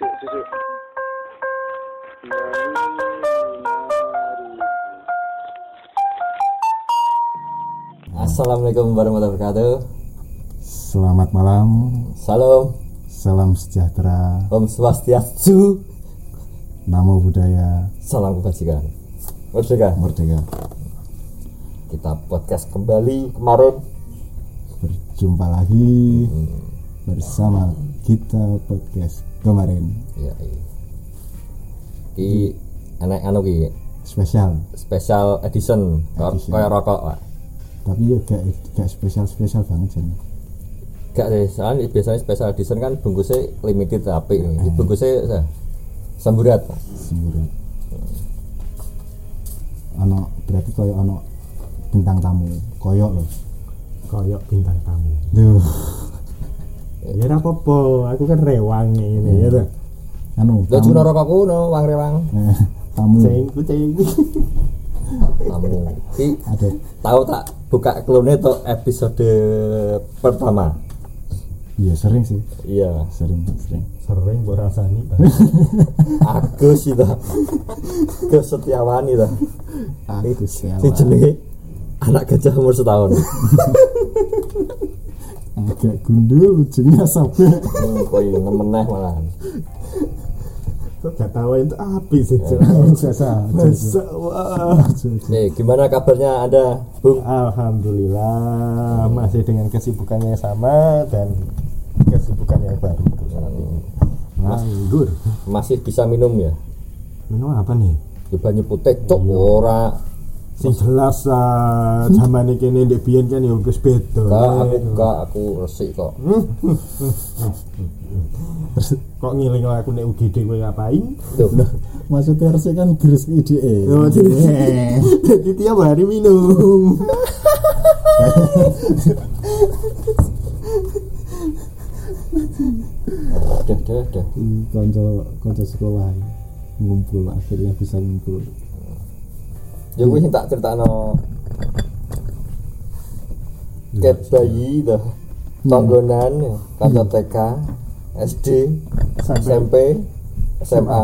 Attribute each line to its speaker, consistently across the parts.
Speaker 1: Cucu. Dari
Speaker 2: Assalamualaikum warahmatullahi wabarakatuh.
Speaker 3: Selamat malam,
Speaker 2: Salam,
Speaker 3: salam sejahtera,
Speaker 2: Om Swastiastu,
Speaker 3: namo budaya,
Speaker 2: salam kebajikan. Merdeka.
Speaker 3: merdeka.
Speaker 2: Kita podcast kembali kemarin.
Speaker 3: Berjumpa lagi bersama kita podcast kemarin
Speaker 2: Ya, iya. Ki anak anu ki
Speaker 3: spesial,
Speaker 2: special edition Kau-
Speaker 3: Edition.
Speaker 2: koyo rokok Pak.
Speaker 3: tapi ya gak, gak spesial spesial banget Jan.
Speaker 2: Gak sih, soalnya biasanya special edition kan bungkusnya limited tapi
Speaker 3: Iya.
Speaker 2: ini bungkusnya se- semburat. Pak.
Speaker 3: Semurat. Ano berarti koyo ano bintang tamu, koyo loh.
Speaker 4: koyok bintang tamu
Speaker 3: Duh,
Speaker 4: ya ora apa-apa aku kan rewang ini ya tuh
Speaker 2: Lo
Speaker 3: anu tamu,
Speaker 2: juga rokok kuno, wang rewang
Speaker 3: Eh, tamu
Speaker 4: cengku cengku
Speaker 2: tamu. Ki
Speaker 3: ada
Speaker 2: tahu tak buka klone tuh episode pertama.
Speaker 3: iya sering sih,
Speaker 2: Iya,
Speaker 3: sering sering.
Speaker 4: sering gue rasani Bang.
Speaker 2: Agus itu Agus Setiawan itu
Speaker 3: Aku
Speaker 2: si
Speaker 3: sewa.
Speaker 2: jenenge anak gajah umur setahun
Speaker 3: agak gundul ujungnya sampai
Speaker 2: Hmm, koi nemeneh malahan
Speaker 4: kok gak tahu itu api sih Cuk.
Speaker 3: jasa
Speaker 4: Masa, wah.
Speaker 2: nih gimana kabarnya anda bung
Speaker 4: Alhamdulillah masih dengan kesibukannya yang sama dan kesibukan yang baru saat ini. nganggur
Speaker 2: masih bisa minum ya
Speaker 4: minum apa nih
Speaker 2: coba putih cok ora
Speaker 4: sing jelas ah, zaman ini kini di biyen kan ya wis beda
Speaker 2: enggak aku enggak aku resik kok
Speaker 4: kok ngiling aku nek UGD kowe ngapain
Speaker 2: tuh
Speaker 3: maksudnya harusnya kan gris ide
Speaker 4: Oh, jadi, jadi tiap hari minum.
Speaker 2: dah dah dah
Speaker 3: konco konco sekolah ngumpul akhirnya bisa ngumpul
Speaker 2: ya gue sing tak critakno ket
Speaker 4: Iya,
Speaker 2: bayi dah tanggonan ya. kanca TK SD SMP SMA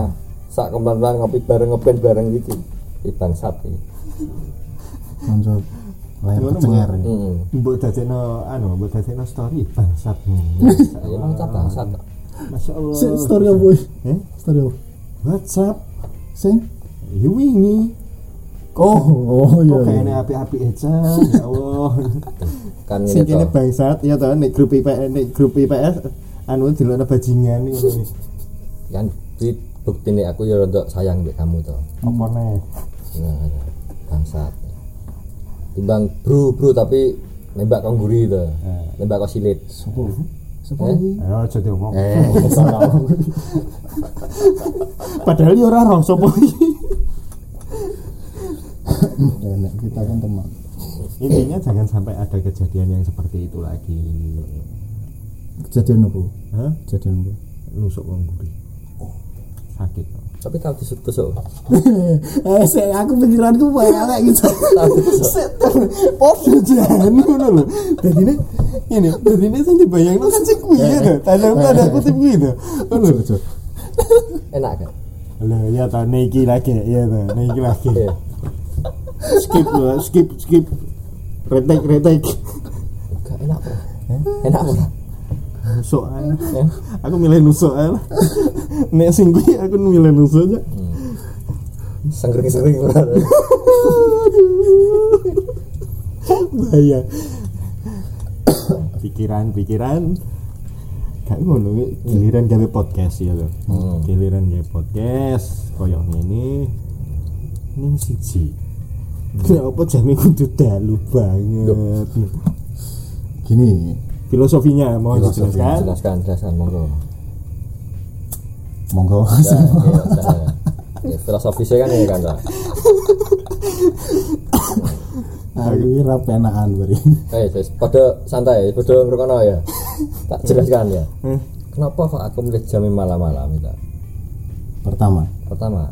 Speaker 2: sak kembar ngopi bareng ngeband bareng gitu. iki di bangsat iki
Speaker 3: konco layar
Speaker 4: Gimana,
Speaker 3: cenger
Speaker 2: heeh
Speaker 4: Mbok dadekno anu, mbok dadekno story bangsat.
Speaker 2: ya bangsat
Speaker 4: Ah.
Speaker 2: bangsat
Speaker 4: Masya Allah.
Speaker 3: sing story apa boy
Speaker 4: Eh,
Speaker 3: story apa
Speaker 4: WhatsApp.
Speaker 3: sing
Speaker 4: Ya wingi.
Speaker 3: oh oh iya
Speaker 4: Kok
Speaker 3: iya.
Speaker 4: kayaknya api-api aja. Ya Allah.
Speaker 2: kan
Speaker 3: Iya,
Speaker 4: Sing
Speaker 2: ngene
Speaker 4: kene
Speaker 2: to
Speaker 4: bangsat ya toh nek grup IPS nek grup IPS anu delokno bajingan ngono iki.
Speaker 2: kan di bukti nih aku ya untuk sayang mbek kamu to
Speaker 4: Apa nek?
Speaker 2: nah ya. bangsat timbang bro bro tapi nembak kau gurih to
Speaker 4: Ah.
Speaker 2: nembak kau silit
Speaker 3: sopo sopo
Speaker 2: Eh?
Speaker 3: lagi
Speaker 4: Ayo aja diomong.
Speaker 2: eh salah.
Speaker 4: Padahal ya ora roh sapa iki.
Speaker 3: enak kita kan teman
Speaker 4: Intinya jangan sampai ada kejadian yang seperti itu lagi.
Speaker 3: kejadian apa
Speaker 4: Hah?
Speaker 3: kejadian apa
Speaker 4: Nusuk wong gurih.
Speaker 3: Oh.
Speaker 4: Sakit. Toh.
Speaker 2: tapi tahu tusuk-tusuk
Speaker 3: eh saya aku pikiranku banyak kayak gitu
Speaker 4: Pos jajan ngono lho. Dadi ini ini dadi ini sing dibayangno kan sing kuwi ya to. Tanda tanda kutip kuwi to. Ngono lho. Cuk.
Speaker 2: enak kan
Speaker 4: Lho ya to niki lagi ya to niki lagi.
Speaker 2: Iya.
Speaker 4: Skip lho, skip skip. Retek retek.
Speaker 2: Enggak enak apa? Enak apa?
Speaker 4: Nusuk ae. Aku milih nusuk ae. lah. Nek sing kuwi aku milih nusuk aja.
Speaker 2: Sengkering-sengkering ora.
Speaker 4: Bahaya. Pikiran-pikiran gak ngono giliran gawe podcast ya lho.
Speaker 2: Hmm.
Speaker 4: Giliran gawe podcast koyo ngene ning siji. Kenapa jane kudu dalu banget.
Speaker 3: gini
Speaker 4: Filosofinya mau dijelaskan?
Speaker 2: Jelaskan, jelaskan monggo.
Speaker 3: monggo
Speaker 2: Ya, iya, jelaskan. Ya, filosofisnya kan ini kan Pak.
Speaker 4: Nah,
Speaker 3: aku kira penaan beri
Speaker 2: Eh, wis padha santai, padha ngrokono ya. Tak jelaskan ya.
Speaker 4: Eh,
Speaker 2: Kenapa kok aku milih jam yang malam-malam itu?
Speaker 3: pertama
Speaker 2: Pertama,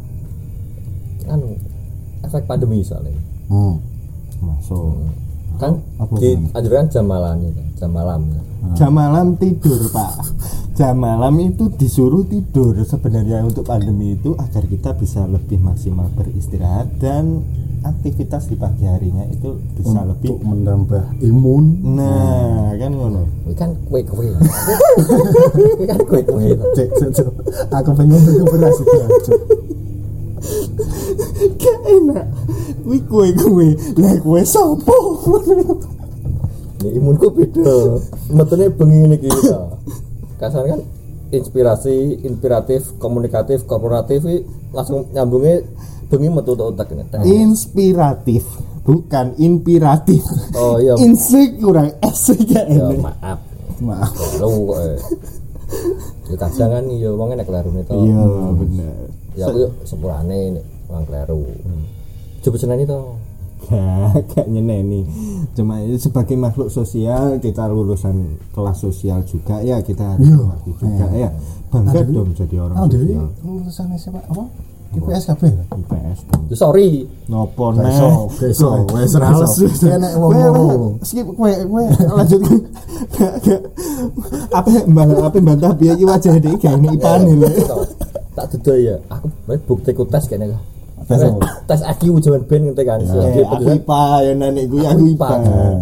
Speaker 2: kan efek pandemi soalnya.
Speaker 3: hmm.
Speaker 4: masuk.
Speaker 2: Kan
Speaker 3: Apa
Speaker 2: dianjurkan ya, jam malam itu, jam malam.
Speaker 4: Jam malam tidur, Pak. jam malam itu disuruh tidur sebenarnya untuk pandemi itu agar kita bisa lebih maksimal beristirahat dan aktivitas di pagi harinya itu bisa lebih
Speaker 3: untuk menambah imun
Speaker 4: nah kan ngono
Speaker 2: Ini kan kue kue. Ini kan kue kue.
Speaker 3: cek cek cek aku pengen beli beras itu Cuk.
Speaker 4: gak enak kuwi kue kue lah kue sopo
Speaker 2: Ya, imunku beda. Metune bengi ini kita. Kasar kan inspirasi, inspiratif, komunikatif, korporatif ini langsung nyambungnya bengi metu ke otak ini. Tek.
Speaker 4: inspiratif bukan inspiratif
Speaker 2: Oh iya.
Speaker 4: insik kurang esik gak
Speaker 2: Ya
Speaker 4: enak
Speaker 2: maaf.
Speaker 4: maaf
Speaker 2: Lu kok. eh. Ya kadang kan ya wong nek kleru to.
Speaker 4: iya bener
Speaker 2: Ya aku yo sepurane nek wong kleru. Coba seneni to.
Speaker 4: Gak, gak nyeneni Cuma sebagai makhluk sosial Kita lulusan kelas sosial juga ya Kita
Speaker 3: Iya.
Speaker 4: harus mengerti juga ya Bangga
Speaker 3: Aduh.
Speaker 4: dong jadi orang
Speaker 3: ah dewi
Speaker 4: sosial
Speaker 3: lulusan siapa apa ya? IPS kabeh lho.
Speaker 4: IPS dong
Speaker 2: Duh, Sorry.
Speaker 3: Gak
Speaker 4: Nopo nih
Speaker 3: iso, gak iso, wes ra iso. Enek wong loro.
Speaker 4: Skip kue kue lanjut Gak gak Apa mbak apa bantah biaya iki wajah deh Gak ini ipane lho
Speaker 2: Tau, tak duda ya aku baik bukti ku tes kayaknya
Speaker 4: Tes apa?
Speaker 2: tes IQ jaman ben ngerti kan
Speaker 4: Eh,
Speaker 2: Jadi
Speaker 4: Aku
Speaker 2: penjualan
Speaker 4: IPA ya nenek gue aku IPA
Speaker 2: IPA.
Speaker 3: Eh,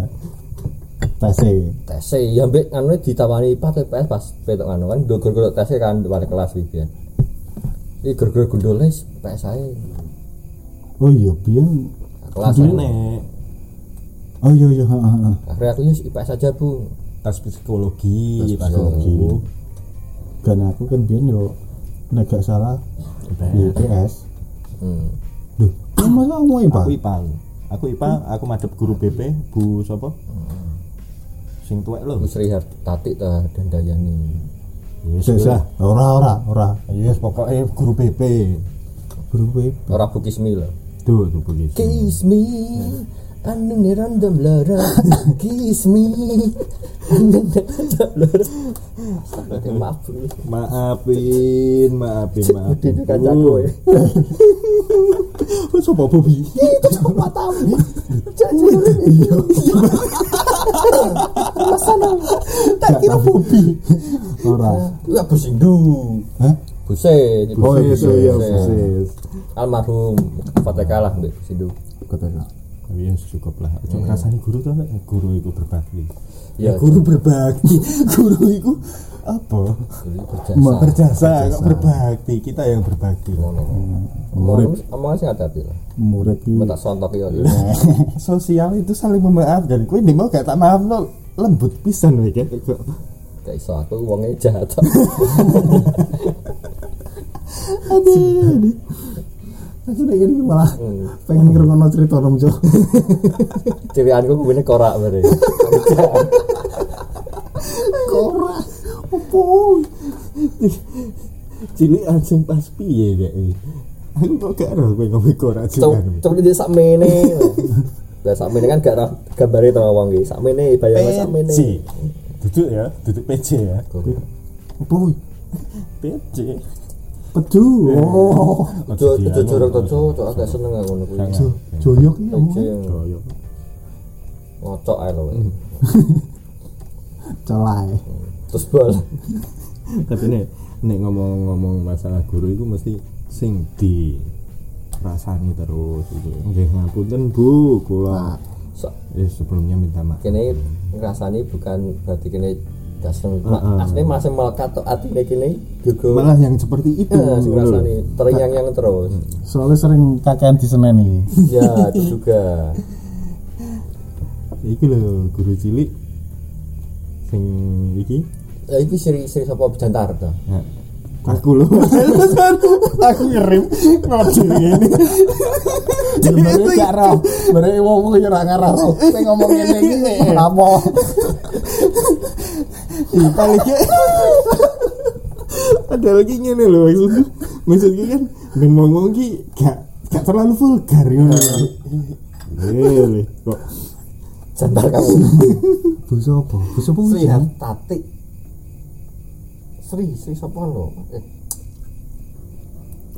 Speaker 3: tes e
Speaker 2: tes e, ya mbek anu ditawani IPA atau IPS pas petok anu kan do gara-gara tes e kan pada kelas iki pian iki gara-gara gundule IPS ae
Speaker 3: oh iya biyen
Speaker 2: kelas ae.
Speaker 4: Nenek
Speaker 3: oh iya iya ha, ha, ha.
Speaker 2: akhirnya aku yus IPS aja bu
Speaker 4: tes psikologi
Speaker 3: Tes psikologi. dan aku kan biyen yo nek gak salah di IPS
Speaker 2: hmm.
Speaker 3: Duh, masa kamu IPA?
Speaker 4: Aku IPA. Aku IPA, aku madep guru BP, Bu sapa? Sing tuwek lho.
Speaker 2: Bu Sri Har- Tatik ta dan Dayani
Speaker 4: Yes,
Speaker 3: Sik, sik. Ora, ora, ora.
Speaker 4: Yes, pokoknya guru BP.
Speaker 3: Guru IPA.
Speaker 2: ora Bu Kismi lho
Speaker 4: Duh, tuh begitu.
Speaker 2: Kiss me Anu ne random lara Kiss me Anu ne random lara Sampai maaf Bu.
Speaker 4: Maafin, maafin, maafin.
Speaker 2: Udah kancaku ya
Speaker 4: eh. Wes sapa Bobi?
Speaker 2: itu cuma tahu janji iya sana tak kira bubi
Speaker 3: Ora.
Speaker 2: ya busindu
Speaker 3: Hah?
Speaker 2: busin
Speaker 3: Oh iya, iya, iya,
Speaker 2: Busin.
Speaker 3: persis.
Speaker 2: almarhum fatih kalah mbak busindu
Speaker 3: Katakan.
Speaker 4: Yes, cukup lah. Ojo ngrasani guru to, Nek. guru iku berbakti.
Speaker 2: Ya,
Speaker 4: Hmm. guru berbakti. guru iku apa?
Speaker 2: Jadi
Speaker 3: Ma-
Speaker 2: berjasa
Speaker 4: Berjasa, kok berbakti. Kita yang berbakti.
Speaker 2: ngono
Speaker 3: Murid,
Speaker 2: omongan sih hati-hati lah
Speaker 3: murid ki.
Speaker 2: mbak tak sontok ya
Speaker 4: sosial itu saling memaafkan kue nih mau gak tak maaf lo lembut pisan wae kan
Speaker 2: gak iso aku uangnya jahat
Speaker 3: Aduh. Aku nek ngene iki malah pengen ngrungokno cerita nom Cuk.
Speaker 2: cirianku gue ini korak berarti
Speaker 3: Ora.
Speaker 4: opo cilik anjing pas piye kayak ini aku kok gak roh kue ngomong korak
Speaker 2: Cuma
Speaker 4: cilik
Speaker 2: cuma dia sakmene. Lah sakmene kan gak roh gambare to wong iki. Sakmene bayangane sakmene.
Speaker 4: PC duduk ya duduk PC ya
Speaker 3: Opo?
Speaker 4: PC
Speaker 3: Pedu. Oh.
Speaker 2: Ojo ojo jorok to cuk, cuk agak seneng aku ngono kuwi.
Speaker 3: Jo- Joyok iki
Speaker 2: Ojo.
Speaker 3: omongnya.
Speaker 2: Ngocok ae lho.
Speaker 3: Hmm. Celai.
Speaker 2: Terus bal.
Speaker 4: tapi nek nek ngomong-ngomong masalah guru itu mesti sing di rasani terus itu nggih ngapunten Bu kula
Speaker 2: So-
Speaker 4: eh, sebelumnya minta maaf
Speaker 2: Kene ngrasani bukan berarti kene gak seneng.
Speaker 3: Ah,
Speaker 2: Ma-
Speaker 4: Heeh.
Speaker 2: Asline masih melekat to atine kene juga
Speaker 4: malah yang seperti itu
Speaker 2: Eh, sing
Speaker 4: ngono lho.
Speaker 2: ngrasani terngiang-ngiang terus.
Speaker 3: Hmm. Soalnya sering kakean di seneni.
Speaker 2: Ya, itu juga.
Speaker 4: iki lho guru cilik sing iki
Speaker 2: Ya iki seri-seri sapa bejantar to.
Speaker 4: ya. aku lho aku ngerim ngoding ini
Speaker 3: Sebenarnya gak roh. Sebenarnya wong wong yo ora ngarah. Sing ngomong ngene iki ora apa.
Speaker 4: Ih, paling kayak- ada lagi ngene lho maksudku maksudku kan ben ngomong ki gak gak terlalu vulgar ngono lho Eh, lho, kok
Speaker 2: Jantar kamu.
Speaker 3: Hmm. Bus apa? Bus apa
Speaker 2: Sri
Speaker 3: hujan?
Speaker 2: Hartati Sri, Sri sapa lho? Eh,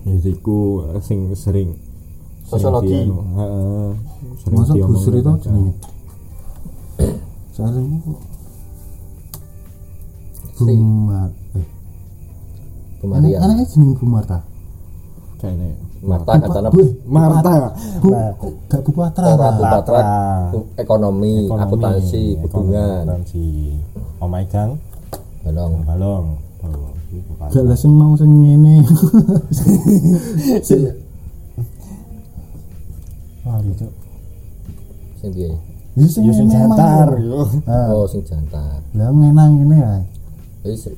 Speaker 4: ya iku eh, sing sering sering
Speaker 2: Sosiologi.
Speaker 4: di- anu, heeh, sering
Speaker 3: Masa
Speaker 4: diomongin
Speaker 3: busur itu
Speaker 4: orang.
Speaker 3: jenenge? Soalnya ini kok Bumat. Eh, anak
Speaker 2: Kemarin
Speaker 3: anaknya jeneng Bumarta.
Speaker 4: Kayaknya.
Speaker 2: mata katanya
Speaker 3: Bu,
Speaker 4: Marta.
Speaker 3: Bu, kok gak Bupatra.
Speaker 2: ora
Speaker 3: ta?
Speaker 2: bupatra
Speaker 4: Patra.
Speaker 2: ekonomi,
Speaker 4: Ekonomi,
Speaker 2: akuntansi,
Speaker 4: ekonomi,
Speaker 2: hubungan.
Speaker 4: akuntansi. Oh my gang,
Speaker 2: Tolong.
Speaker 4: balong.
Speaker 3: Gak lah sing mau sing ngene. Wah, lucu.
Speaker 2: Sing piye?
Speaker 3: Iya sing
Speaker 4: Yo sing
Speaker 3: ngene emang.
Speaker 4: jantar yo.
Speaker 3: Ah,
Speaker 2: Oh, sing jantan.
Speaker 3: Lah ngenang ngene ya.
Speaker 2: Jadi Sri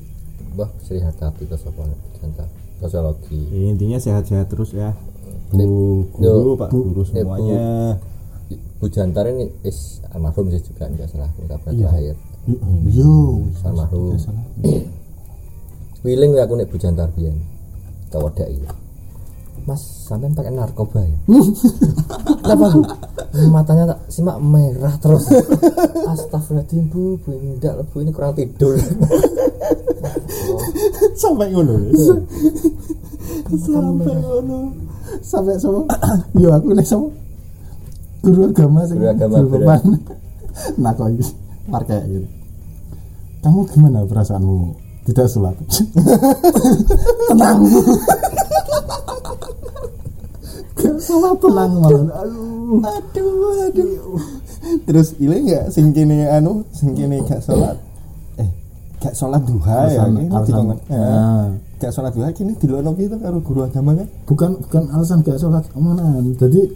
Speaker 2: Mbah Sri Hatati to sapa nek jantan? Sosiologi.
Speaker 4: Ya, intinya sehat-sehat terus ya. Bu guru, Pak
Speaker 3: Bu.
Speaker 4: guru semuanya.
Speaker 2: Bu Jantar ini is almarhum sih juga enggak salah kita terakhir
Speaker 4: Hmm.
Speaker 3: Yo,
Speaker 2: almarhum. Wiling aku nek Bu Jantar biyen. Tak wedaki. Mas, sampean pakai narkoba ya? Kenapa bu? Matanya tak simak merah terus. Astagfirullahaladzim bu, bu ini ndak bu ini kurang tidur.
Speaker 4: Sampai ngono.
Speaker 3: sampai ngono. Sampai sama. Yo aku nek sama guru agama sing
Speaker 2: Guru agama
Speaker 3: guru
Speaker 2: berat.
Speaker 3: papan. Nah kok iki markaya gitu. Kamu gimana perasaanmu tidak sholat? tenang. Gak salah tenang malah. Aduh.
Speaker 4: Aduh, aduh. Terus ile enggak sing kene anu, sing kene gak salat. Eh, gak salat duha ya.
Speaker 3: Alasan-
Speaker 4: kene
Speaker 3: alasan-
Speaker 4: dilongan.
Speaker 3: Ah.
Speaker 4: Eh, Gak salat duha kene dilokno piye to karo guru agama kan?
Speaker 3: bukan bukan alasan gak sholat omongan jadi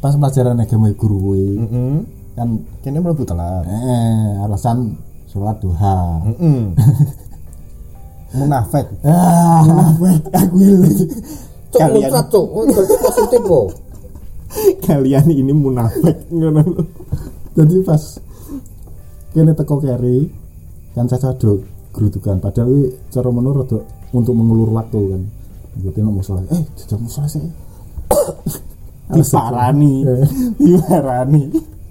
Speaker 3: pas pelajaran agama ya guru kuwi,
Speaker 4: Heeh.
Speaker 3: kan
Speaker 4: Kene mlebu telat.
Speaker 3: eh alasan sholat duha
Speaker 4: Heeh. Munafik.
Speaker 3: ah aku ini
Speaker 2: Cuk,
Speaker 4: Kalian-
Speaker 2: muncrat cuk, muncrat positif kok.
Speaker 4: Kalian ini munafik ngono lho.
Speaker 3: jadi pas kene teko keri kan saya do gerudukan padahal ini cara menurut do, untuk mengulur waktu kan berarti mau sholat eh tidak mau sholat sih
Speaker 4: Diparani.
Speaker 3: Eh.
Speaker 4: Diparani.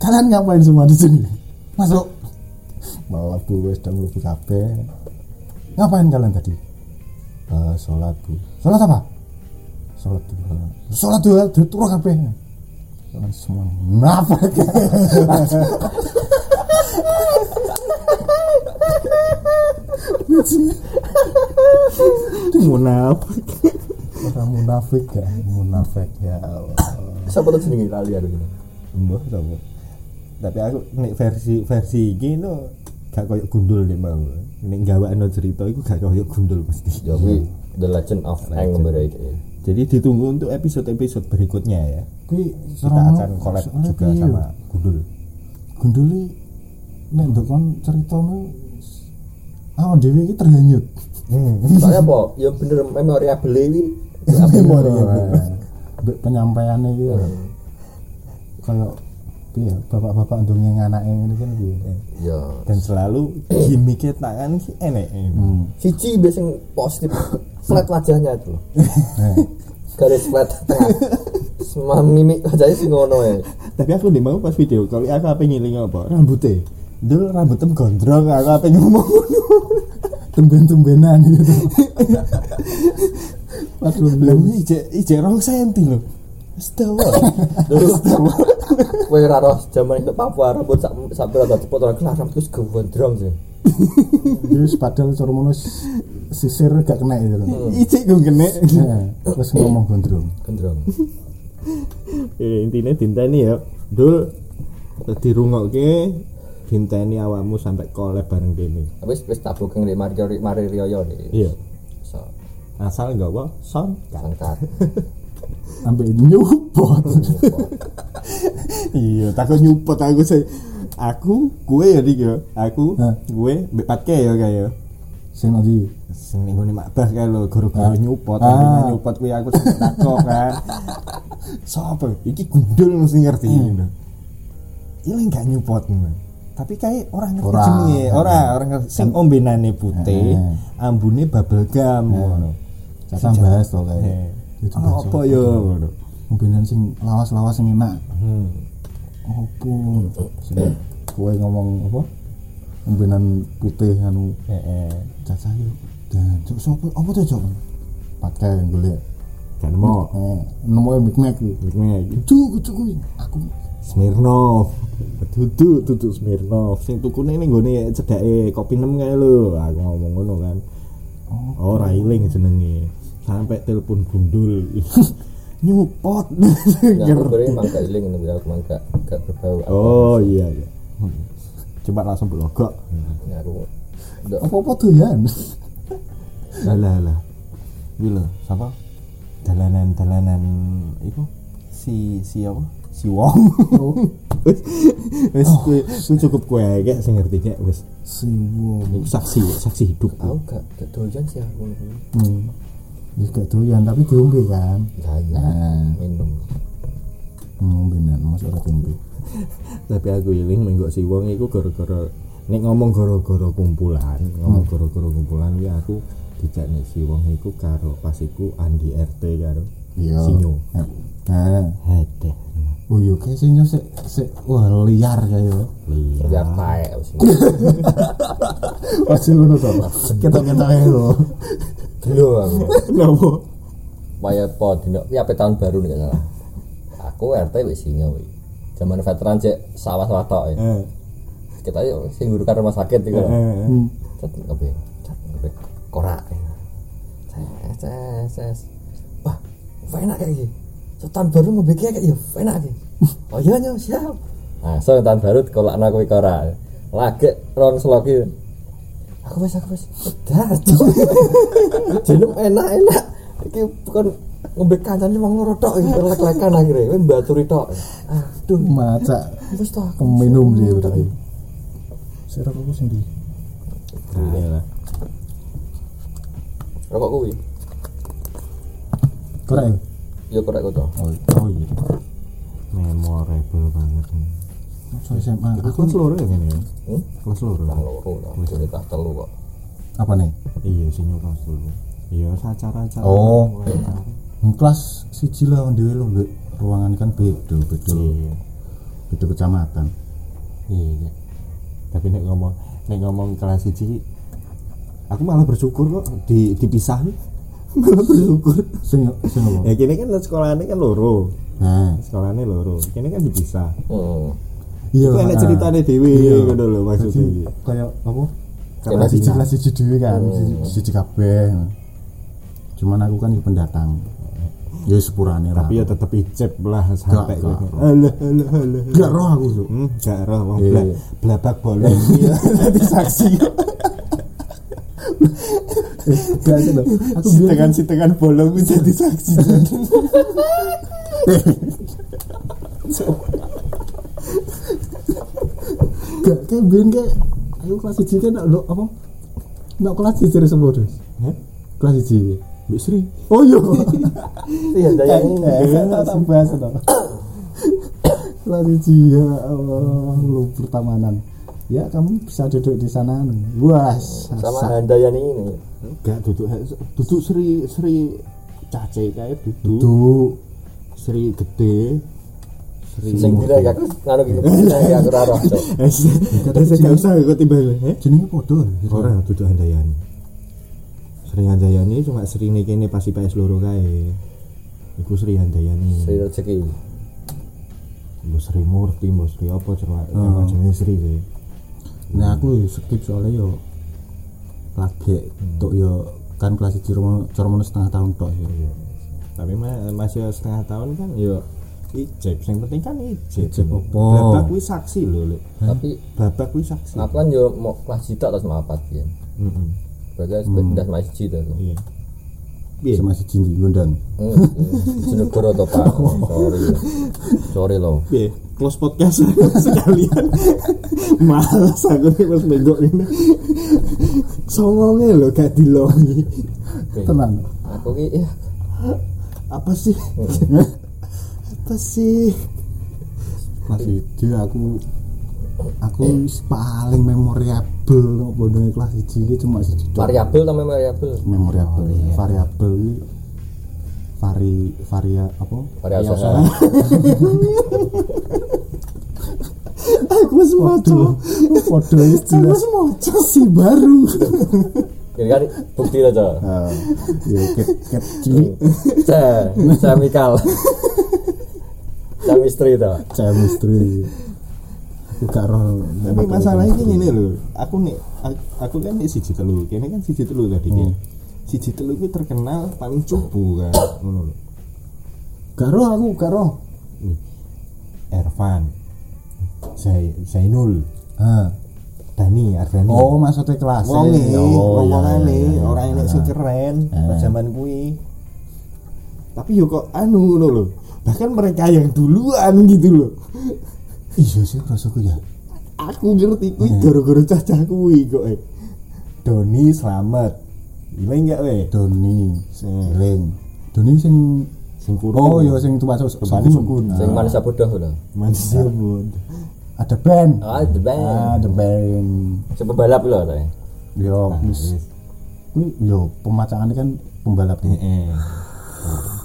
Speaker 3: kalian ngapain semua di sini masuk melebu wes dan melebu kabeh ngapain kalian tadi Eh sholat bu sholat apa sholat duha sholat duha duha turu kabeh kalian semua kenapa
Speaker 4: Munafik.
Speaker 3: orang munafik ya munafik ya Allah
Speaker 2: Siapa tuh jenenge lali hari ini?
Speaker 4: Mbah sapa? Tapi aku nek versi versi iki no gak koyo gundul nek mau. Nek gawakno cerita iku gak koyo gundul mesti.
Speaker 2: Ya kuwi The Legend of Aang Mermaid.
Speaker 4: Jadi ditunggu untuk episode-episode berikutnya ya.
Speaker 3: Kui,
Speaker 4: Kita akan collab juga sama Gundul.
Speaker 3: gunduli nek ndok kon ceritane awak dhewe iki terhanyut
Speaker 4: Hmm.
Speaker 2: Soalnya apa? Ya bener memorable iki.
Speaker 3: memori mbek penyampaiane iki ya.
Speaker 4: Hmm.
Speaker 3: kaya piye ya, bapak-bapak ndongeng anake ngene kan piye
Speaker 2: Ya.
Speaker 4: Dan selalu gimmicknya tangan sih enek.
Speaker 3: hmm
Speaker 2: Siji biasanya positif flat wajahnya itu. Garis flat tengah. Semua mimik wajahnya sing ngono ya.
Speaker 4: Tapi aku nih mau pas video kalau aku apa ngiling apa rambutnya. Dul rambutnya gondrong aku apa ngomong ngono.
Speaker 3: tumben-tumbenan gitu waduh
Speaker 4: Lah ijek ijek rong senti lho. Astaga.
Speaker 2: Terus kowe ora roh jaman itu Papua rambut sak sak pira to cepet ora kelar rambutku gondrong sih.
Speaker 4: Hmm.
Speaker 3: terus padahal cara ngono s- sisir gak kena itu lho
Speaker 4: Ijek gue kene.
Speaker 3: Nah, terus ngomong gondrong
Speaker 2: Gondrong.
Speaker 4: ya, intinya dinteni ya dul dirungokke dinteni awakmu sampai collab bareng kene
Speaker 2: Tapi wis tak booking di mari mari riyo nih.
Speaker 4: iya
Speaker 2: So,
Speaker 4: asal nggawa sound
Speaker 2: angkat.
Speaker 3: sampai nyubot
Speaker 4: Hmm. iya takut nyupot aku sih aku gue ya dik ya aku
Speaker 3: Hah?
Speaker 4: gue mbek patke ya kayak
Speaker 3: sing nanti
Speaker 4: sing ning ngene makbah kae lho goro-goro
Speaker 3: Ah.
Speaker 4: nyupot
Speaker 3: Ah.
Speaker 4: ah. nyupot kuwi aku sing takok kan sapa iki gundul mesti ngerti
Speaker 3: Hmm.
Speaker 4: ngono ini gak nyupot ngono. tapi kayak orang ngerti
Speaker 3: Ora.
Speaker 4: jenenge ora orang ngerti sing ombenane putih ambune bubble gum ngono
Speaker 3: Kita bahas to kae.
Speaker 4: Eh.
Speaker 3: Itu
Speaker 4: Ah,
Speaker 3: bahas
Speaker 4: apa yo ngono
Speaker 3: Mobilan sing lawas-lawas sing enak. Opo? Sing kowe ngomong apa? Mobilan putih anu
Speaker 4: heeh
Speaker 3: cacah yo. Dan cok sopo? Apa to cok? Pakai yang golek.
Speaker 4: kan mau Hmm.
Speaker 3: Eh, nemoke Big Mac iki.
Speaker 4: Ini
Speaker 3: Cuk, cuk kuwi. Aku
Speaker 4: Smirnov Dudu, dudu Smirnoff. Sing tukune ning nggone cedake kopi nem kae lho. Ah, Aku ngomong ngono kan. Oh, ora iling jenenge. Sampai telepon gundul. Nyupot.
Speaker 2: Yang beri mangga iling ini bilang mangga gak berbau.
Speaker 4: oh iya iya. Hmm. Coba langsung blogok.
Speaker 2: Ya aku ndak
Speaker 3: Apa-apa doyan.
Speaker 4: Alah alah. Iki lho, sapa? Dalanan-dalanan iku si si apa? Si Wong.
Speaker 3: Oh.
Speaker 4: Wis wis kuwi kuwi cukup kowe gak sing ngerti cek wis.
Speaker 3: Siwo.
Speaker 4: Iku saksi saksi hidup.
Speaker 2: aku
Speaker 3: Oh.
Speaker 2: gak gak doyan sih aku.
Speaker 3: Hmm. Ya gak doyan tapi diombe kan.
Speaker 2: Ya iya.
Speaker 3: Nah,
Speaker 2: Minum.
Speaker 3: ngombe nan masuk Hmm, ora diombe.
Speaker 4: Tapi aku ya, iling menggo si Wong iku gara-gara nek ngomong gara-gara kumpulan,
Speaker 3: Hmm.
Speaker 4: ngomong gara-gara kumpulan ya aku dijak nek si Wong iku karo pas iku Andi RT karo
Speaker 3: Iya.
Speaker 4: Sinyo.
Speaker 3: Nah, Nah,
Speaker 4: Hete.
Speaker 3: oh yo kayak sinyo sik sik wah liar kayak.
Speaker 4: Lihat.
Speaker 2: Ya taek wis.
Speaker 3: Pasti Oh, ngono sama. Kita-kita kayak lo.
Speaker 2: Gelo aku.
Speaker 4: Napa?
Speaker 2: Waya po dino ya ape tahun baru nih gak salah. Aku RT wis sinyo wi. Zaman veteran cek sawah-sawah tok ya.
Speaker 4: Eh.
Speaker 2: Kita yuk sing ngurukan rumah sakit iku.
Speaker 4: eh,
Speaker 2: lho.
Speaker 3: Hmm.
Speaker 4: eh.
Speaker 2: cet ngepe cet ngepe korak ces ces ces wah enak kayak gini so tahun baru ngepe kayak ya enak kayak oh iya nyo siap nah so tahun baru kolak nak kowe korak lagi rong seloki aku wes aku wes pedas jenem enak enak iki bukan ngepe kancane wong loro tok iki lek-lekan akhire kowe mbaturi tok aduh
Speaker 3: Maca
Speaker 2: wis tok aku
Speaker 3: minum dia berarti. Sirap aku sendiri.
Speaker 4: Iya lah.
Speaker 2: rokok kuwi
Speaker 3: Keren.
Speaker 2: ya korek kuwi
Speaker 3: Oh, oh iya.
Speaker 4: memorable banget
Speaker 3: Masuk SMA.
Speaker 4: aku kelas loro ya ini ya
Speaker 2: Hmm?
Speaker 4: kelas loro
Speaker 2: Bang loro lah, jadi tak telu kok.
Speaker 3: Apa nih?
Speaker 4: iya sih nyuruh kelas loro iya acara acara
Speaker 3: Oh. Kelas siji lah on dhewe lho, Mbak. Ruangan kan beda, beda.
Speaker 4: iya
Speaker 3: Beda kecamatan.
Speaker 4: iya tapi nek ngomong nek ngomong kelas siji aku malah bersyukur kok di dipisah nih malah bersyukur
Speaker 3: Sing sing apa?
Speaker 4: ya kini kan sekolahnya kan loro
Speaker 3: Nah,
Speaker 4: sekolahnya loro kini kan dipisah
Speaker 2: Hmm.
Speaker 3: iya.
Speaker 4: itu enak ceritanya dewi gitu loh maksudnya
Speaker 3: Kayak apa?
Speaker 2: Kelas
Speaker 3: Kelas siji
Speaker 2: dina.
Speaker 3: kelas siji dhewe kan, siji- siji kabeh. Cuman aku kan pendatang. Ya sepurane lah.
Speaker 4: tapi ya tetep icip lah sampai
Speaker 3: gak.
Speaker 4: gitu alah alah alah
Speaker 3: gak roh aku, Cuk.
Speaker 4: Hmm, gak roh wong
Speaker 3: Iya.
Speaker 4: bla blabak bolong. Iya, dadi saksi.
Speaker 3: Gak kan? sih lho. Aku biar
Speaker 4: Sitengan-sitengan bolong kuwi jadi saksi.
Speaker 3: gak kayak biar kayak aku kelas siji kan nak lo- apa? Nak kelas siji dari semua terus.
Speaker 4: Hah?
Speaker 3: Kelas siji.
Speaker 4: Mbak Sri.
Speaker 3: Oh iya.
Speaker 2: Iya, saya
Speaker 3: tak bahas to. Kelas siji ya Allah, lu pertamanan. Ya kamu bisa duduk di sana. Wah,
Speaker 2: sama
Speaker 3: sasak.
Speaker 2: Handayani ini.
Speaker 4: Gak duduk duduk Sri Sri cace kae duduk.
Speaker 3: Duduk.
Speaker 4: Sri gede. Sri.
Speaker 2: Sing dira ya aku nganu gitu. Ya aku raro. Cok.
Speaker 4: Eh, se- eh, se- gak usah ikut timbang. Eh?
Speaker 3: Jenenge podo.
Speaker 4: Ora duduk Handayani. Sri Handayani cuma Sri ini kene pas IPS loro kae. Iku Sri Handayani.
Speaker 2: Sri rezeki.
Speaker 4: Mbak Sri Murti, Mbak Sri apa cuma cuma jenis Sri sih.
Speaker 3: Nah aku skip soalnya yo lagi tok yo kan kelas siji romo romo setengah tahun tok yo.
Speaker 4: tapi ma- masih setengah tahun kan yo ijib yang penting kan ijib
Speaker 3: Ijib apa?
Speaker 4: babak kuwi saksi lho lho
Speaker 2: Tapi
Speaker 4: babak kuwi saksi
Speaker 2: aku kan yo mau kelas cita terus mapat ya.
Speaker 4: Mm-mm.
Speaker 2: Berarti sepeda sama masjid itu.
Speaker 4: iya Piye?
Speaker 3: Sama si Jindi ngundang.
Speaker 2: Hmm, Jenegoro to Pak. Oh, Sorry. Sorry loh.
Speaker 4: Piye? close podcast sekalian males aku nih pas bengok ini songongnya lho gak dilongi
Speaker 3: Tenang.
Speaker 2: Aku ki ya
Speaker 4: apa sih apa sih
Speaker 3: Kelas siji aku aku
Speaker 4: Eh.
Speaker 3: wis paling memorable ngopo nang kelas siji iki cuma siji tok.
Speaker 2: variabel namanya variabel.
Speaker 3: Memorable. Variabel iki vari varia apa?
Speaker 2: Variabel.
Speaker 4: aku wis moco
Speaker 3: Podo wis
Speaker 4: aku
Speaker 3: jelas
Speaker 4: wis moco
Speaker 3: si baru.
Speaker 2: Ini kan bukti aja.
Speaker 3: Eh, Ya ket ket cilik
Speaker 2: Saya, saya Mikal. Saya misteri to.
Speaker 3: chemistry gak roh
Speaker 4: tapi masalah ini gini loh aku nih ak- aku kan nih siji telu kene kan siji telu tadi kan siji telu itu terkenal paling cupu kan ngono lho.
Speaker 3: gak roh aku gak roh
Speaker 4: Nih, Ervan Zai- Zainul
Speaker 3: ah
Speaker 4: Dani Ardani
Speaker 3: oh maksudnya kelas
Speaker 4: wonge
Speaker 3: oh iya,
Speaker 4: ngomongane
Speaker 3: iya, iya,
Speaker 4: ora
Speaker 3: iya.
Speaker 4: enek sing keren pas zaman kuwi tapi yo kok anu ngono lho bahkan mereka yang duluan gitu loh
Speaker 3: iya sih rasaku ya
Speaker 4: aku ngerti kuwi gara-gara cacah kuwi kok eh. Doni selamat Gila enggak eh? weh
Speaker 3: Doni
Speaker 4: Sing-
Speaker 3: Ring Doni sing
Speaker 4: Sing kurus.
Speaker 3: oh iya sing tumpak sus
Speaker 4: Tumpaknya sukun.
Speaker 3: Ah.
Speaker 2: Sing manusia bodoh loh.
Speaker 4: Manis ya bun
Speaker 3: ada band
Speaker 2: Ah, the
Speaker 3: ah
Speaker 2: band.
Speaker 3: ada band
Speaker 2: Si pembalap loh katanya.
Speaker 3: yo
Speaker 4: Nah, iya.
Speaker 3: wis kuwi yo pemacangannya kan pembalap nih
Speaker 4: Heeh.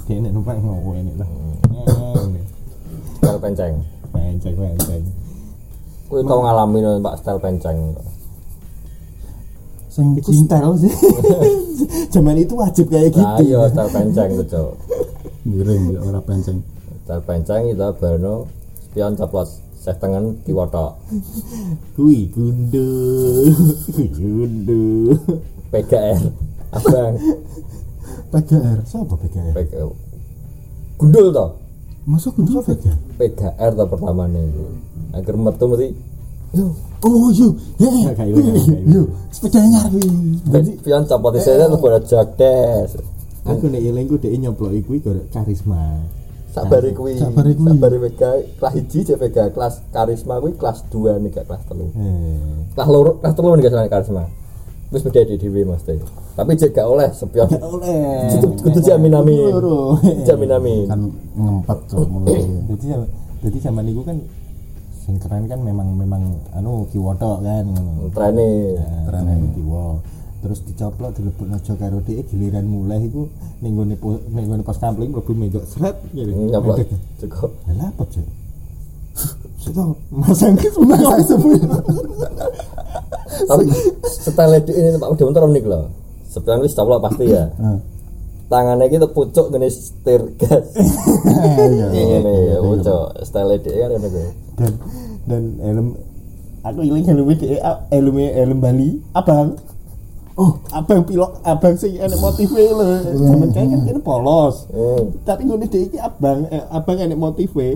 Speaker 4: Dia enak numpak ngopo enak lah
Speaker 2: Style penceng.
Speaker 4: Penceng penceng
Speaker 2: Kowe tau ngalami no, Pak style penceng.
Speaker 3: sing
Speaker 4: Itu
Speaker 3: sing-
Speaker 4: style sih Zaman itu wajib kayak
Speaker 2: Nah,
Speaker 4: gitu
Speaker 2: iya
Speaker 3: ya.
Speaker 2: style penceng itu, Cok.
Speaker 3: miring ya ora penceng
Speaker 2: Style penceng itu barno spion ceplos seh tengen diwotok.
Speaker 4: Kui gundu Kui gundu
Speaker 2: PGR. Abang
Speaker 3: PGR
Speaker 4: Siapa PKR?
Speaker 2: PGR. Gundul toh.
Speaker 3: masuk ya? kudu PGR
Speaker 2: PGR toh pertama nih. Agar metu mesti
Speaker 3: oh yo
Speaker 4: Gak, gak ilang, gak ilang.
Speaker 3: yo sepeda anyar kuwi
Speaker 2: Jadi pion copot di sana terus pada jakdes.
Speaker 4: Aku nek eling ku dhek nyoplok iku gara karisma
Speaker 2: Sabari kuwi.
Speaker 3: Nah, Sabari kuwi.
Speaker 2: Sabari PK kelas 1 CPK kelas karisma kuwi kelas 2 nih gak kelas 3.
Speaker 4: Eh
Speaker 2: Kelas loro kelas 3 nih gak salah karisma. kan, Wis beda di dhewe mesti. Tapi jek gak oleh sepion.
Speaker 4: Gak oleh
Speaker 2: Kudu jamin amin.
Speaker 4: Loro.
Speaker 2: Jamin amin.
Speaker 3: kan ngempet tuh mulai
Speaker 4: jadi zaman- jadi zaman itu kan sing keren kan memang memang anu kiwoto kan ngono.
Speaker 2: Trene.
Speaker 4: Nah,
Speaker 3: Keren
Speaker 4: keren kiwo terus dicoplok dilebokno aja karo dhek giliran mulai iku ning nggone po- ning nggone pos kampling mlebu mejok sret ngene.
Speaker 2: Nyapa
Speaker 4: Medek.
Speaker 2: cukup.
Speaker 4: Lah apa Cuk? Sudah masang ke semua semua.
Speaker 2: Tapi setelah di ini Pak Udah bentar nih lho. Sepion wis copot pasti ya.
Speaker 3: Nah.
Speaker 2: Tangannya gitu pucuk gini setir gas. Iya, iya, pucuk. Style dia kan ada gue.
Speaker 4: Dan dan helm aku ilang helm dhek helm helm Bali abang. Oh, abang pilok, abang sing enek motive e lho. Zaman kae kan kene polos.
Speaker 2: Hmm.
Speaker 4: tapi gue deh iki abang eh, abang enek motive e.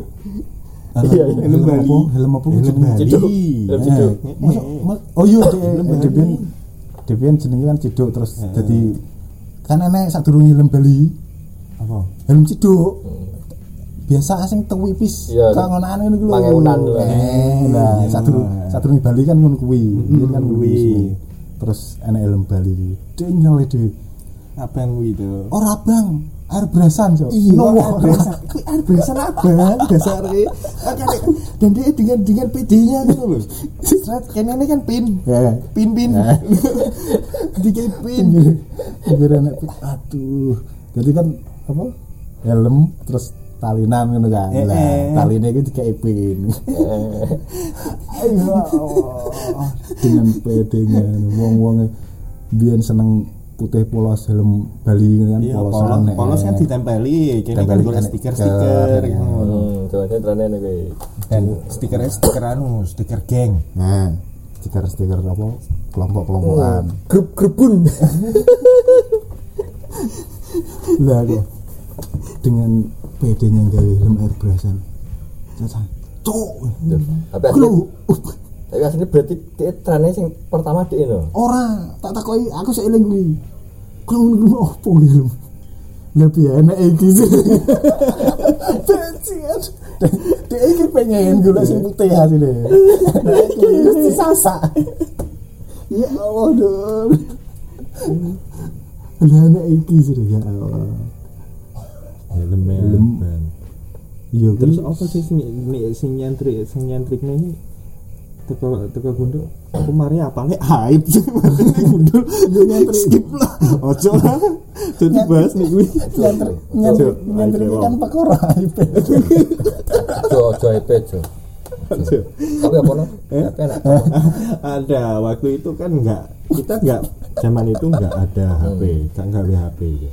Speaker 2: Iya,
Speaker 3: Helm-
Speaker 2: iya.
Speaker 3: helm apa helm apa
Speaker 4: Helm
Speaker 3: jenenge?
Speaker 4: Bali. iya,
Speaker 2: Ciduk.
Speaker 3: Eh,
Speaker 2: Helm ciduk.
Speaker 3: masuk- ma- oh iya eh, Debian Debian jenenge kan ciduk terus jadi kan enek sadurunge helm Bali
Speaker 4: apa
Speaker 3: helm ciduk biasa sing tuwipis
Speaker 2: Iya.
Speaker 3: kangonan ngene iku lho
Speaker 2: Mangeunan lho.
Speaker 3: Eh, nah
Speaker 4: Iya.
Speaker 3: sadurung sadurunge Bali kan ngono kuwi
Speaker 4: Hmm,
Speaker 3: Biyen kan ngono
Speaker 4: kuwi.
Speaker 3: kuwi. terus enek helm Bali dhewe nyole dhewe
Speaker 4: abang gue itu
Speaker 3: ora bang air berasan so
Speaker 4: besan kui air besan abang dasar ini makanya dan dia dengan dengan PD-nya gitu loh Sret, kayaknya ini kan pin
Speaker 3: Ya.
Speaker 4: pin pin
Speaker 3: Ya.
Speaker 4: dikit pin
Speaker 3: Pinggir anak pi- aduh. Jadi kan apa? Helm terus talinan ngono kan.
Speaker 4: Eh,
Speaker 3: Lah,
Speaker 4: eh.
Speaker 3: taline iku dikei pin.
Speaker 4: Eh. ya
Speaker 3: Ayo. Dengan pedenya wong-wong biyen seneng putih polos helm Bali ngono kan
Speaker 4: Iya,
Speaker 3: polos
Speaker 4: polos, polos kan ditempeli, kayaknya
Speaker 3: Tempeli
Speaker 4: kan
Speaker 3: kan,
Speaker 4: stiker
Speaker 3: stiker,
Speaker 4: stiker,
Speaker 3: ya.
Speaker 2: Hmm, coba saya trene nih gue.
Speaker 4: dan stikernya stiker anu, stiker geng,
Speaker 3: Nah, stiker-stiker apa kelompok-kelompokan.
Speaker 2: Grup grupun.
Speaker 3: Lah kok dengan pedenya gawe helm air berasan. Cacan. Cuk.
Speaker 2: Tapi asli,
Speaker 3: Glu.
Speaker 2: tapi asli berarti dia trene sing pertama dia no.
Speaker 3: ora tak takoi aku sik eling kuwi kuwi ngono opo iki lho lebih enak iki sih Bensin. Dek iki pengen gula sing putih hasilnya Dek iki mesti sasak ya Allah dong Lah enak iki sih ya Allah
Speaker 4: helm
Speaker 3: Helm.
Speaker 4: Bang.
Speaker 3: iya terus
Speaker 4: Terus apa sih sing nek sing nyantri sing nyantrikne iki teko teko gundul aku mari apale aib sih mari nek gundul yo nyantri skip lah ojo lah jadi bahas nih gue
Speaker 3: nyantri nyantri
Speaker 4: Aduh,
Speaker 3: nyantri
Speaker 4: ayo,
Speaker 3: kan
Speaker 4: Bang.
Speaker 3: perkara
Speaker 2: Jo jo EP jo.
Speaker 4: Ojo.
Speaker 2: Tapi apa no? Tapi enak.
Speaker 4: ada waktu itu
Speaker 2: Hmm.
Speaker 4: kan enggak kita enggak zaman itu enggak ada HP enggak enggak HP ya.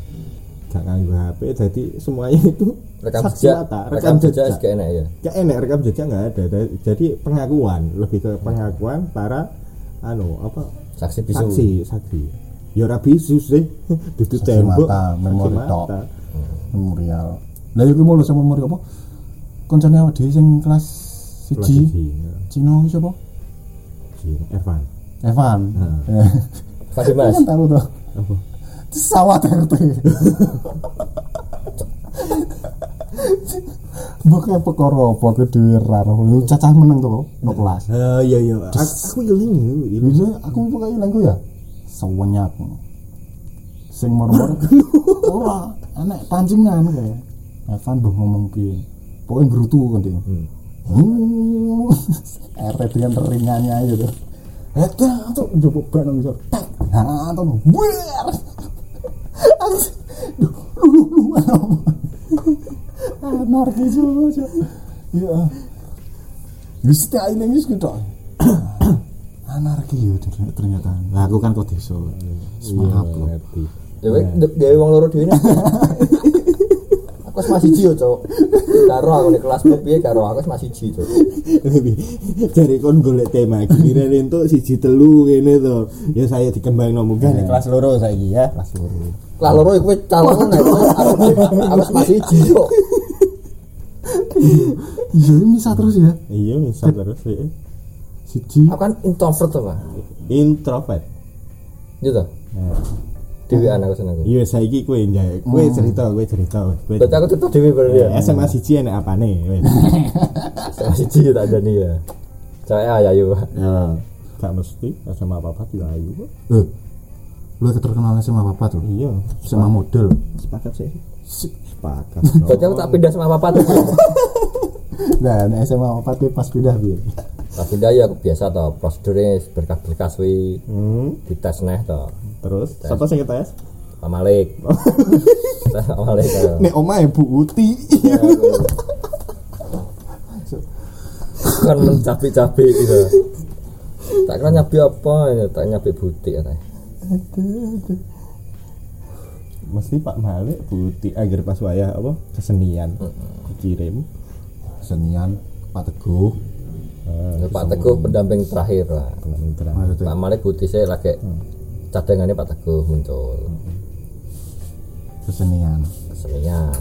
Speaker 4: gak nganggo HP jadi semuanya itu
Speaker 2: rekam
Speaker 4: saksi
Speaker 2: jejak
Speaker 4: mata,
Speaker 2: rekam jejak SG enak ya
Speaker 4: ya enak rekam jejak nggak ada Da- jadi pengakuan lebih ke pengakuan para anu apa
Speaker 2: saksi bisu
Speaker 4: saksi saksi ya ora bisu sih
Speaker 3: Saksi
Speaker 4: duduk tembok
Speaker 3: mata,
Speaker 4: saksi
Speaker 3: memori
Speaker 4: mata.
Speaker 3: tok. memorial lah iku mau lho sama memori apa koncone awak dhewe sing kelas
Speaker 4: Kelas
Speaker 3: siji
Speaker 4: siji, ya.
Speaker 3: Cino iki sapa
Speaker 4: Siji. Evan
Speaker 3: Evan
Speaker 4: Heeh.
Speaker 3: Eh,
Speaker 2: Kasih mas
Speaker 3: kan tahu tuh
Speaker 4: apa
Speaker 3: sawat RT Bukan perkara apa aku dhewe ra roh. Cacah meneng to, no kelas.
Speaker 4: Ah, iya iya A- aku iling ya, iling.
Speaker 3: Iya, aku pokoke ilangku ya. Sewenyak. Sing moro-moro. Ora, enek pancingan kae. anu Evan mbok ngomong piye? Pokoke ngrutu kan dia. Hmm. Eret dengan ringannya aja tuh. Eta tuh jebuk ban nang ngisor. Tak. Ha, tuh wer. Duh, Lu lu Ah, lu. Anarkis aja. Iya. Wis tak ini wis ketok. anarki ya ternyata, ternyata. Lah aku kan kok desa. Semahap
Speaker 4: Iya,
Speaker 3: lho.
Speaker 4: ngerti
Speaker 2: Dewe dewe wong loro dhewe. Aku wis masih jiyo, Cok. Karo aku nek kelas piye karo aku wis masih jiyo, Cok.
Speaker 4: Lebih dari kon golek tema kira entuk siji telu ngene to. Ya saya dikembang nomu kan kelas loro saiki ya.
Speaker 3: Kelas loro.
Speaker 2: Kelas loro iku wis calon nek aku aku wis masih jiyo.
Speaker 3: Iya ini bisa terus ya.
Speaker 4: Iya misal terus ya.
Speaker 3: Siji.
Speaker 2: Aku kan introvert to, Pak.
Speaker 4: Introvert.
Speaker 2: Iya to.
Speaker 4: Nah,
Speaker 2: Dhewean aku seneng.
Speaker 4: Iya saiki kowe njajak, kowe cerita, kowe cerita, Eh, kowe.
Speaker 2: Berarti aku tetep dhewe berarti ya.
Speaker 4: Ya, SMA siji enak apane wes.
Speaker 2: Masih jiyo tak ada nih ya. Cewek ayo ayo.
Speaker 4: Ya, gak mesti SMA apa-apa juga ayu kok.
Speaker 3: Eh. Lu keterkenalan sama bapak tuh.
Speaker 4: Iya,
Speaker 3: Sama model.
Speaker 4: sepakat sih. Sepakat.
Speaker 2: Berarti aku tak pindah sama papa tuh.
Speaker 3: Nah, nek SMA bapak tuh pas pindah piye?
Speaker 2: Tak pindah ya aku biasa to, prosedure berkas-berkas kuwi
Speaker 4: Hmm,
Speaker 2: dites neh to.
Speaker 4: terus sapa sing tes?
Speaker 2: Pak Malik. Pak Malik. ya. to.
Speaker 3: Nek omahe Bu Uti.
Speaker 2: kan mencapi-capi gitu tak kira nyapi apa ya tak nyapi butik ya
Speaker 4: Mesti Pak Malik Buti agar pas wayah apa kesenian dikirim.
Speaker 3: Senian Pak Teguh.
Speaker 2: Ya, Pak Teguh pendamping terakhir Hmm. lah
Speaker 4: Nah,
Speaker 3: Maksudnya
Speaker 2: Pak Malik butik saya lagi cadangannya Pak Teguh muncul
Speaker 3: kesenian.
Speaker 2: kesenian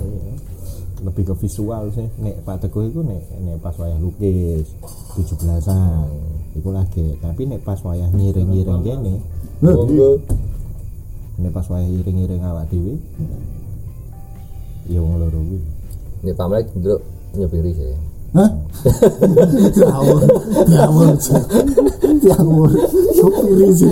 Speaker 4: lebih ke visual sih nek Pak Teguh itu nek, nek pas wayah lukis 17-an
Speaker 3: Mm.
Speaker 4: itu lagi tapi nek pas wayah ngiring-ngiring kene
Speaker 2: monggo
Speaker 4: nek pas wayah ngiring-ngiring awak dhewe ya wong loro kuwi
Speaker 2: ini Pak Malik dulu nyepiri sih
Speaker 3: Hah? Ngawur, ngawur, Cak. ngawur, supir sih.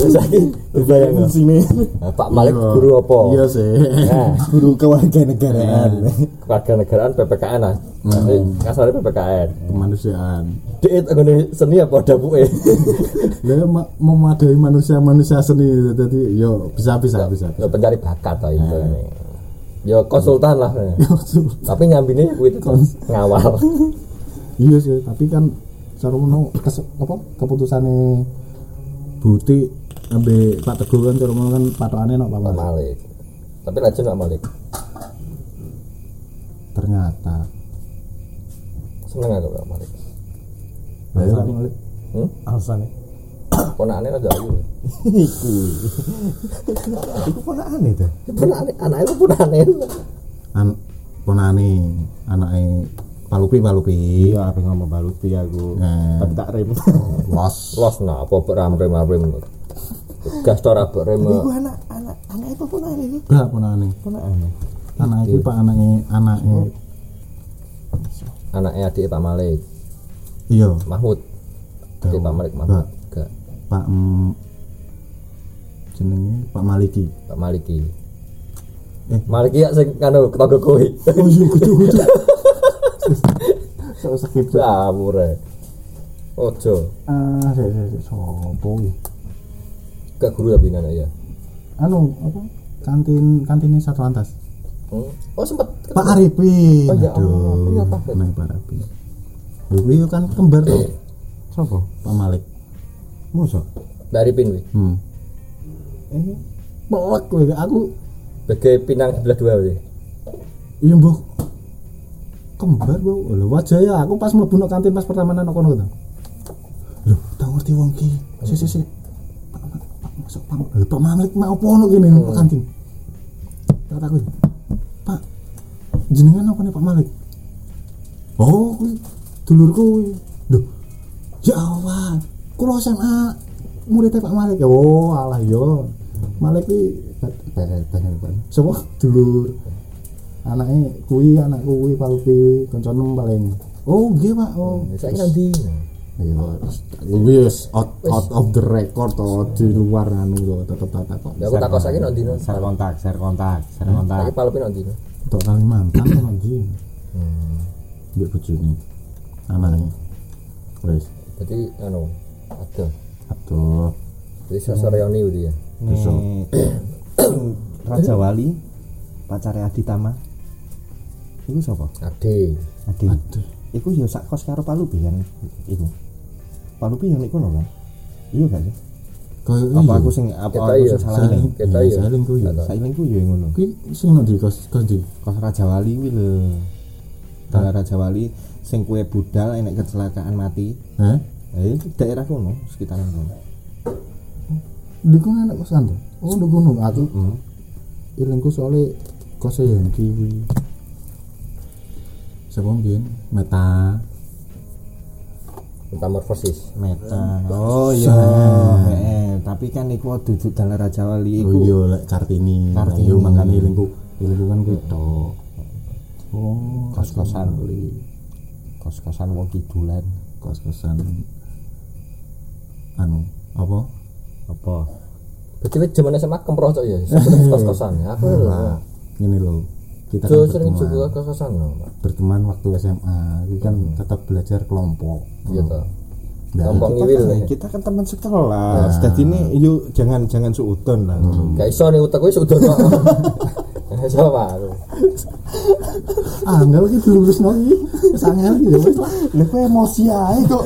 Speaker 2: terus lagi
Speaker 3: ya.
Speaker 2: dibayang
Speaker 4: sini
Speaker 2: nah, Pak Malik guru apa
Speaker 3: Iya sih.
Speaker 2: nah,
Speaker 4: guru kewarganegaraan
Speaker 2: keluarga negaraan PPKN lah ah. Hmm. kasarnya PPKN
Speaker 3: Kemanusiaan.
Speaker 2: dia itu nggone seni apa dapuke
Speaker 3: Lah ma- memadai manusia-manusia seni tadi yo bisa bisa bisa.
Speaker 2: Ya, pencari bakat lah itu ya konsultan lah tapi nyambine kuwi tetep ngawal
Speaker 3: Iya sih, tapi kan cara ngono kes- apa keputusane Buti ambe Pak Teguh kan cara ngono kan patokane nok Pak
Speaker 2: Pak
Speaker 3: Malik.
Speaker 2: Malik tapi rajin Pak Malik
Speaker 3: Ternyata.
Speaker 2: seneng aku Pak Malik
Speaker 3: Lah iya, Pak Malik.
Speaker 2: hmm?
Speaker 4: alasannya
Speaker 2: ponakane rada ayu
Speaker 4: iku iku kok aneh tuh
Speaker 2: ponakane Ya, anake ku ponakane
Speaker 3: An ponane anake Palupi Palupi.
Speaker 4: iya apa ngomong baluti aku
Speaker 3: Hmm.
Speaker 4: tapi tak rem
Speaker 3: Los.
Speaker 2: los nah apa bek ram rem ram gas tor abek rem
Speaker 4: anak anak anak itu pun aneh itu
Speaker 3: Lah ponane.
Speaker 4: pun aneh
Speaker 3: Anake
Speaker 4: Iya.
Speaker 3: iki Pak anake anake
Speaker 4: Oh.
Speaker 2: anake adik Pak Malik
Speaker 3: iya
Speaker 2: Mahmud adik Pak Malik Mahmud gak
Speaker 3: Pak mm, jenenge Pak Maliki.
Speaker 2: Pak Maliki Maliki ya sing kanu ketangga kowe
Speaker 3: Oh iya kudu kudu. Sok skip. Cuk.
Speaker 2: ngawur e ojo
Speaker 3: Ah, sik sik sik sopo iki?
Speaker 2: gak guru tapi anak ya
Speaker 3: Anu apa? Kantin kantinnya satu lantas.
Speaker 2: Hmm. Oh sempet
Speaker 3: Pak Arifin.
Speaker 2: Oh, ya Allah,
Speaker 3: Aduh.
Speaker 2: iya, Pak.
Speaker 3: Nah, Pak Arifin. Lho kuwi kan kembar tuh. Sopo? Pak Malik.
Speaker 4: masa
Speaker 2: dari pin wi.
Speaker 3: Hmm.
Speaker 4: eh
Speaker 3: pelek kowe aku
Speaker 2: Bagai pinang sebelah dua berarti.
Speaker 3: iya mbok kembar mbok lho wajah ya aku pas mlebu nang kantin pas pertama nang kono gitu. to lho tak ngerti wong ki si si si Pak Ma- Pak masuk Pak Ma- lho Pak Mamlik mau apa ono kene nang kantin tak takut Pak jenengan apa nih Pak Malik oh kuwi dulurku kuwi lho ya Allah kula SMA muridnya Pak Malik ya oh alah yo Malik ki Sopo dulur anaknya kui anak kui palupi kencono paling oh nggih pak oh
Speaker 2: Saya nanti.
Speaker 3: Iya, wis out, out of the record to di luar anu to tetep tak tak
Speaker 2: Ya aku takut sakit nanti nanti.
Speaker 4: share kontak share kontak share kontak
Speaker 2: Sakit palupin nanti.
Speaker 3: Tok Kalimantan to nanti. Hmm. Mbek bojone. Anaknya. Wis.
Speaker 2: Jadi anu ada.
Speaker 3: Aduh.
Speaker 2: Jadi
Speaker 3: Hmm.
Speaker 2: sosok reuni berarti ya.
Speaker 3: Bisa.
Speaker 4: Nih, Eh, Raja Wali pacare Aditama Iku sapa?
Speaker 2: Ade.
Speaker 4: Adi. Iku ya sak kos karo Palupi kan iku. Palupi yang iku lho kan. Iya kan?
Speaker 3: Kayak
Speaker 4: Apa aku sing apa
Speaker 2: Kita
Speaker 4: aku
Speaker 2: iya.
Speaker 4: sing salah ini?
Speaker 2: Kita
Speaker 3: Iya,
Speaker 2: iya.
Speaker 3: saling kuwi.
Speaker 2: Nggak tahu.
Speaker 4: Sailingku ya yang ngono.
Speaker 3: Kuwi sing nang di kos kos di.
Speaker 4: Kos Raja Wali kuwi lho. Daerah Raja Wali sing kue budal enek kecelakaan mati.
Speaker 3: Heh.
Speaker 4: Eh, itu daerah kono sekitaran kono.
Speaker 3: Di kono anak kosan to. Oh, di kono aku. Ilengku soalnya kose Hengki kuwi. Sapa mbiyen? Meta.
Speaker 2: Metamorfosis.
Speaker 4: Meta. Oh iya. Eh, tapi kan iku duduk daerah Raja Wali
Speaker 3: Oh
Speaker 4: iku.
Speaker 3: iya lek Kartini.
Speaker 4: Kartini.
Speaker 3: Kartini makane ilengku. Ilengku kan kuwi tok. Oh,
Speaker 4: Kos-kosan kuwi. Kos-kosan wong kidulan.
Speaker 3: kos-kosan anu apa?
Speaker 4: Apa?
Speaker 2: Berarti wis zaman SMA kemproh cok ya. Sebelum kos-kosan ya. Aku lho.
Speaker 3: Nah, ini loh. Kita
Speaker 2: Tuh
Speaker 3: kan
Speaker 2: sering
Speaker 3: berteman.
Speaker 2: juga kos-kosan loh. Pak.
Speaker 3: berteman waktu SMA itu kan tetap belajar kelompok
Speaker 2: Iya toh.
Speaker 3: Nah,
Speaker 2: Kelompok
Speaker 4: kita
Speaker 2: ngiwil.
Speaker 4: kan,
Speaker 2: ya.
Speaker 4: kita kan teman sekelas jadi ini yuk jangan jangan suudon lah
Speaker 2: Gak iso nih utak gue sudah kok. Iso Pak.
Speaker 3: ah enggak lagi lulus lagi sangat ya wes lah
Speaker 4: lah kok emosi aja kok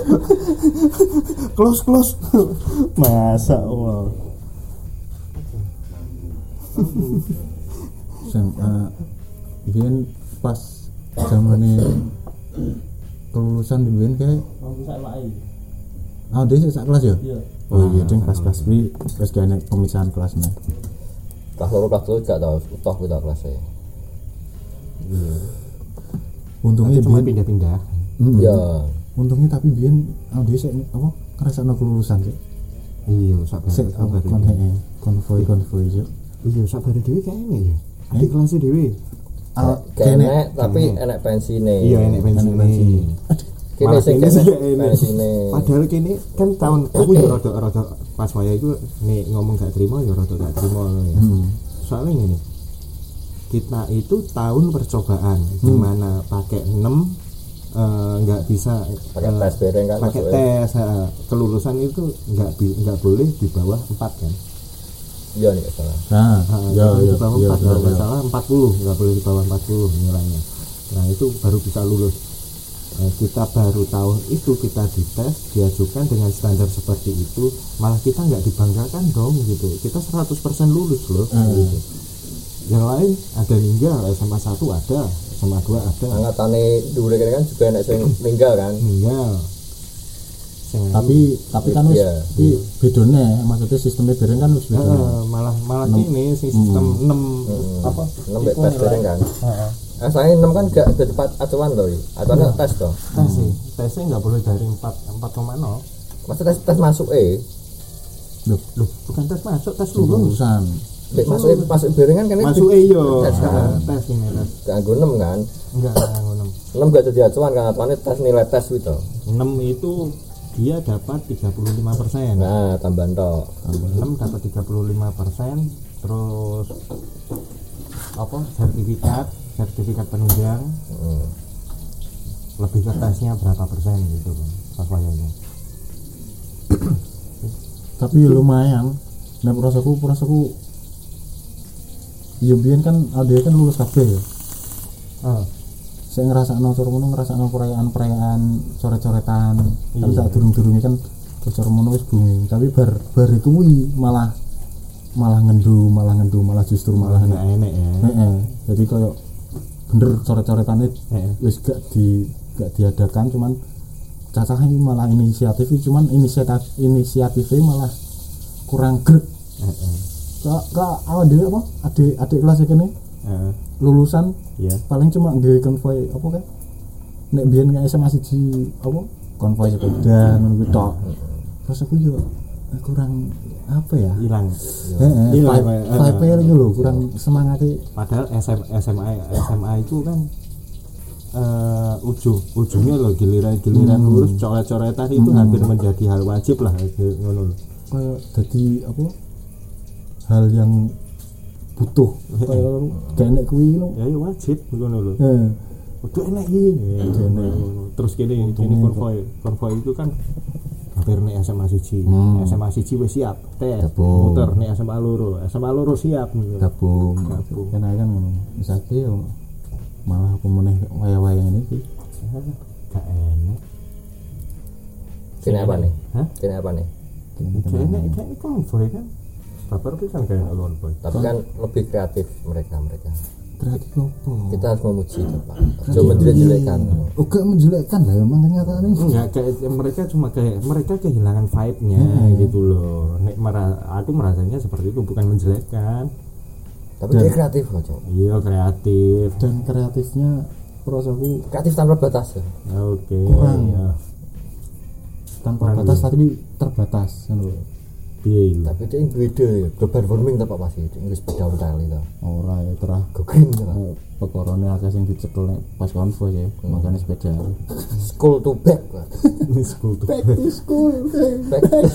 Speaker 4: close close masa Allah
Speaker 3: SMA biyen pas zamane kelulusan biyen kayak ah dia sih sak kelas ya oh iya ding pas kelas kuwi wis kene pemisahan kelas nih
Speaker 2: Kelas loro kelas telu gak tau utuh kita kelas e.
Speaker 3: untungnya
Speaker 4: cuma
Speaker 3: biyen
Speaker 4: pindah-pindah
Speaker 3: Mm,
Speaker 4: Hmm.
Speaker 2: Ya.
Speaker 3: untungnya tapi biyen ah dia sih apa kerasa kelulusan sih
Speaker 4: iya sak
Speaker 3: sih apa
Speaker 4: baru
Speaker 3: kon eh, konvoy konvoy sih
Speaker 4: iya sak baru dewi kayaknya ya adik kelasnya dewi
Speaker 3: Ah, kene
Speaker 2: Kene tapi enek pensine.
Speaker 4: iya enak Eh, pensiun nih
Speaker 2: Kene
Speaker 4: Malah
Speaker 2: sing
Speaker 4: kene
Speaker 2: kene
Speaker 4: sih gak enak.
Speaker 2: pensine.
Speaker 4: padahal kini kan tahun aku ya rada rada pas waya itu nih ngomong gak terima ya rada gak terima ya.
Speaker 2: Hmm.
Speaker 4: soalnya gini kita itu tahun percobaan
Speaker 2: Hmm.
Speaker 4: dimana pakai 6 eh, nggak bisa
Speaker 2: Pakai
Speaker 4: eh,
Speaker 2: tes bereng kan
Speaker 4: pakai
Speaker 2: masuk,
Speaker 4: tes eh, kelulusan itu nggak bi- nggak boleh di bawah 4 kan
Speaker 2: Iya nih gak salah.
Speaker 3: nah
Speaker 4: Nah,
Speaker 3: ya
Speaker 4: kalau
Speaker 3: ya ya
Speaker 4: di bawah 4 kalau
Speaker 3: ya,
Speaker 4: nggak
Speaker 3: ya.
Speaker 4: salah 40 nggak boleh di bawah 40 nilainya nah itu baru bisa lulus Nah, kita baru tahu itu kita dites diajukan dengan standar seperti itu malah kita nggak dibanggakan dong gitu kita 100% lulus loh gitu. yang lain ada ninggal SMA 1 ada SMA 2 ada
Speaker 2: Angkatane dhuwure kene kan juga enek sing meninggal kan.
Speaker 4: ninggal Sing-
Speaker 3: tapi tapi kan wis
Speaker 2: Iya.
Speaker 3: di bedone maksudnya sistemnya bareng kan wis
Speaker 4: Eh,
Speaker 3: bedone
Speaker 4: malah malah ini sistem 6 apa
Speaker 2: 6 mek tes bereng kan. Heeh. Saya 6 kan gak jadi pat- acuan loh.
Speaker 4: Iya.
Speaker 2: Acuannya tes toh.
Speaker 4: tes sih tesnya nggak boleh dari 4 4,0
Speaker 2: Masa tes tes masuk eh.
Speaker 3: Loh,
Speaker 4: Loh, bukan tes masuk, tes lulus.
Speaker 3: lulusan
Speaker 2: Mek masuk
Speaker 4: Hmm.
Speaker 2: masuk bereng kan kene
Speaker 4: Masuk eh yo.
Speaker 2: Tes kan.
Speaker 4: Nah, Tes ini tes.
Speaker 2: Kanggo 6 kan.
Speaker 4: Enggak enggak, ngono.
Speaker 2: 6 gak jadi acuan kan acuannya tes nilai tes gitu.
Speaker 4: 6 itu dia dapat 35%.
Speaker 2: Nah, tambahan tok.
Speaker 4: 6 dapat 35%, terus apa? sertifikat, sertifikat penunjang Hmm.
Speaker 2: Heeh.
Speaker 4: lebih ke tesnya berapa persen gitu kan. Pas wayangnya.
Speaker 3: tapi ya lumayan nah perasaku perasaku ya biyen kan ada kan lulus kabeh ya
Speaker 4: Ah,
Speaker 3: saya ngerasa nonton ngono ngerasa perayaan perayaan coret coretan kan
Speaker 4: Iya.
Speaker 3: tak durung durungnya kan bocor mono wis booming tapi bar bar iku kuwi malah malah ngendu malah ngendu malah justru malah enak
Speaker 4: enak ya
Speaker 3: Heeh. jadi kayak bener coret-coretannya
Speaker 4: Heeh.
Speaker 3: wis gak di gak diadakan cuman cacah ini malah inisiatif cuman inisiatif inisiatifnya malah kurang grek
Speaker 4: Heeh.
Speaker 3: kak kak awal dhewe apa adik adik kelas ini
Speaker 4: Heeh.
Speaker 3: lulusan
Speaker 4: Iya.
Speaker 3: paling cuma nggih konvoy apa kayak nek biyen kayak SMA siji apa konvoy sepeda ngono kuwi tok terus aku yo kurang apa ya
Speaker 4: hilang
Speaker 3: Heeh,
Speaker 4: Iya,
Speaker 3: vibe-
Speaker 4: iya, iya.
Speaker 3: vibe gitu loh kurang semangatnya
Speaker 4: padahal SM, SMA SMA itu kan eh ujung ujungnya loh giliran giliran lurus coret-coretan itu hampir menjadi hal wajib lah kayak ngono loh
Speaker 3: kayak jadi apa hal yang butuh Iya. kayak gak enak kuwi Eh. no
Speaker 4: ya iya wajib ngono loh
Speaker 3: Heeh.
Speaker 4: Udah Ya. enak ini. Terus kini kini konvoy konvoy itu kan hampir nih SMA siji SMA siji wis siap teh
Speaker 1: Gabung.
Speaker 4: muter nih SMA loro SMA loro siap nih
Speaker 1: gabung
Speaker 4: Gabung.
Speaker 3: kan kan ngono misake yo malah aku meneh waya-waya ini sih
Speaker 4: gak enak
Speaker 2: Kini apa nih?
Speaker 4: Hah?
Speaker 2: Kini apa nih?
Speaker 4: gak enak gak enak konvoy kan baper pisan gak enak konvoy
Speaker 2: Tapi kan lebih kreatif mereka mereka.
Speaker 3: kreatif apa
Speaker 2: Kita harus memuji itu pak. Jangan menjelek-jelekkan.
Speaker 3: oke Oh, menjelekkan lah emang kenyataan ini
Speaker 4: enggak Iya, kayak mereka cuma kayak mereka kehilangan vibe-nya gitu loh nek mera- aku merasanya seperti itu bukan menjelekkan
Speaker 2: Tapi dia kreatif kok Cok.
Speaker 4: iya kreatif
Speaker 3: dan kreatifnya perasaku
Speaker 2: Kreatif tanpa batas ya.
Speaker 4: Ya, oke
Speaker 3: Kurang.
Speaker 4: ya.
Speaker 3: tanpa batas tapi terbatas kan lho
Speaker 4: Piye itu?
Speaker 2: Tapi dia individu ya. Global warming tak apa sih? Inggris bedaun tali itu.
Speaker 3: ora ya terah
Speaker 2: Go green itu. Pak.
Speaker 3: pekorone akeh sing dicekel nek pas konvoy ya makanya sepeda
Speaker 2: School to back. Pak.
Speaker 4: Ini school tuh.
Speaker 2: Back to school.
Speaker 4: Back to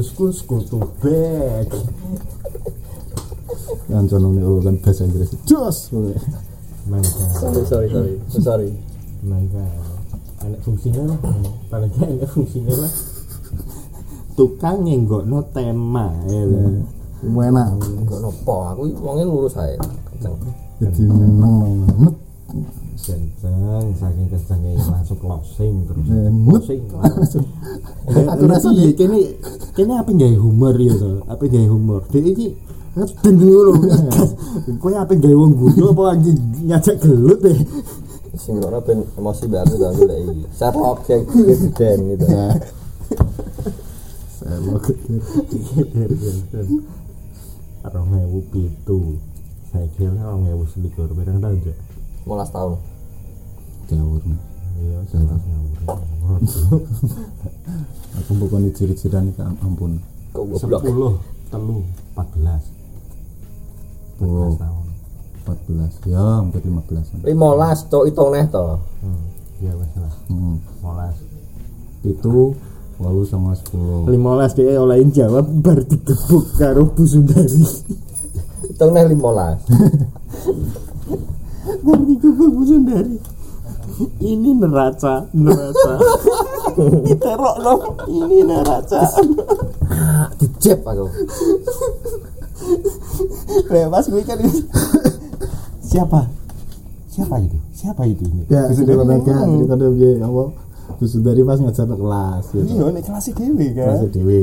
Speaker 4: school, school to back.
Speaker 3: kan jono nek kan bahasa Inggris jos
Speaker 4: Mantap,
Speaker 2: Sorry sorry sorry. Sorry.
Speaker 4: mantap. Enak fungsinya lah, paling gak enak fungsinya lah. Tukang nyenggok no tema, ya lah.
Speaker 3: enak
Speaker 2: Enggak nopo. Aku uangnya lurus aja. Kenceng.
Speaker 3: jadi meneng banget
Speaker 4: Kenceng, saking kencengnya langsung closing terus.
Speaker 3: Enak.
Speaker 4: Closing langsung.
Speaker 3: Aku rasa gitu.
Speaker 4: ya kini, kini apa gaya humor ya tuh? Apa gaya humor? Dia ini ngeden dulu. Kau apa gaya wong gudo apa lagi nyajak gelut ya? deh?
Speaker 2: Sing ora ben emosi mbak aku tak golek iki. Serok yang gede gitu.
Speaker 4: Rong ewu pitu Saya kira rong ewu selikur Berang tau gak?
Speaker 2: 15 tahun.
Speaker 3: jawur
Speaker 4: Iya, sebelas ngawur
Speaker 3: aku bukan diciri-cirian ke ampun
Speaker 2: Kok goblok.
Speaker 4: Sepuluh, telu, empat belas Empat belas
Speaker 3: Oh.
Speaker 4: tahun
Speaker 3: 14 ya hampir 15
Speaker 2: 15 cok hitung neh to.
Speaker 4: Hmm, Iya, masalah
Speaker 3: hmm.
Speaker 4: Molas
Speaker 3: itu walu sama 10
Speaker 4: Limolas dia olahin jawab Bar digebuk karo busundari
Speaker 2: Hitung neh 15.
Speaker 4: Bar digebuk busundari Ini neraca Neraca Diterok dong Ini neraca
Speaker 2: Dicep aku.
Speaker 4: Lepas gue kan siapa? Siapa itu? Siapa itu ini?
Speaker 3: ya
Speaker 4: Terus
Speaker 3: cerita
Speaker 4: dia
Speaker 3: mereka
Speaker 4: ngomong,
Speaker 3: cerita dia biaya apa Gus dari pas ngajar ke kelas gitu
Speaker 4: Iya, nek kelas dewe kan.
Speaker 3: kelas dewi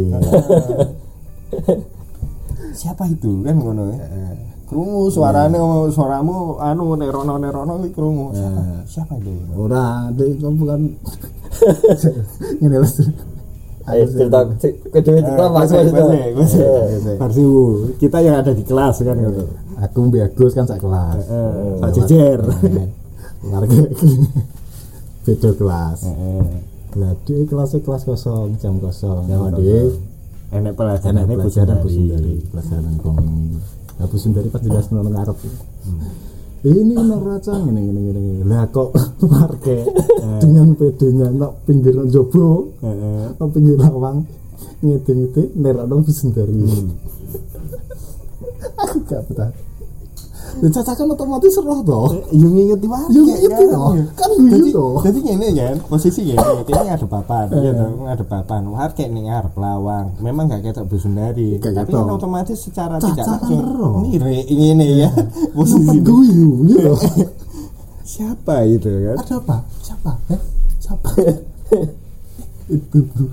Speaker 4: Siapa itu kan ngono ya. Krungu suarane suaramu anu nerono nerono iki krungu. Siapa? Siapa itu?
Speaker 3: ora dek kamu bukan ini lah
Speaker 2: Ayo Ah, cerita kedua cerita apa
Speaker 4: Mas,
Speaker 2: aku
Speaker 4: mas,
Speaker 2: cerita. Eh.
Speaker 4: mas, mas. Parsiu, kita yang ada di kelas kan ngono.
Speaker 3: aku mbak Gus kan sak kelas
Speaker 4: Pak Jejer.
Speaker 3: Eh, warga beda kelas nah dia kelasnya kelas kosong jam kosong sama dia
Speaker 4: Enak
Speaker 3: karena pelajaran
Speaker 4: pelajaran
Speaker 3: Bu Sundari pelajaran komuni nah Bu Sundari pas jelas nonton Arab ini neraca ini ini ini ini lah kok warga dengan pedenya nak pinggir jobo nak pinggir lawang ngiti ngiti nerak dong Bu Sundari aku gak betah dan cacakan otomatis roh toh
Speaker 4: Yo ngingeti wae.
Speaker 3: Yo ngingeti toh. Kan guyu
Speaker 4: Dadi-
Speaker 3: toh.
Speaker 4: Dadi ngene ya, posisi ya ngene ada papan, ya toh, ada papan. Wah, kayak ning ngarep lawang. Memang gak ketok busundari.
Speaker 3: Gak
Speaker 4: Tapi
Speaker 3: ketok.
Speaker 4: kan otomatis secara
Speaker 3: Cacakan
Speaker 4: tidak langsung
Speaker 3: roh.
Speaker 4: ngire ngene ya. Posisi
Speaker 3: Nampak guyu gitu loh.
Speaker 4: siapa itu kan?
Speaker 3: ada apa siapa eh siapa itu bro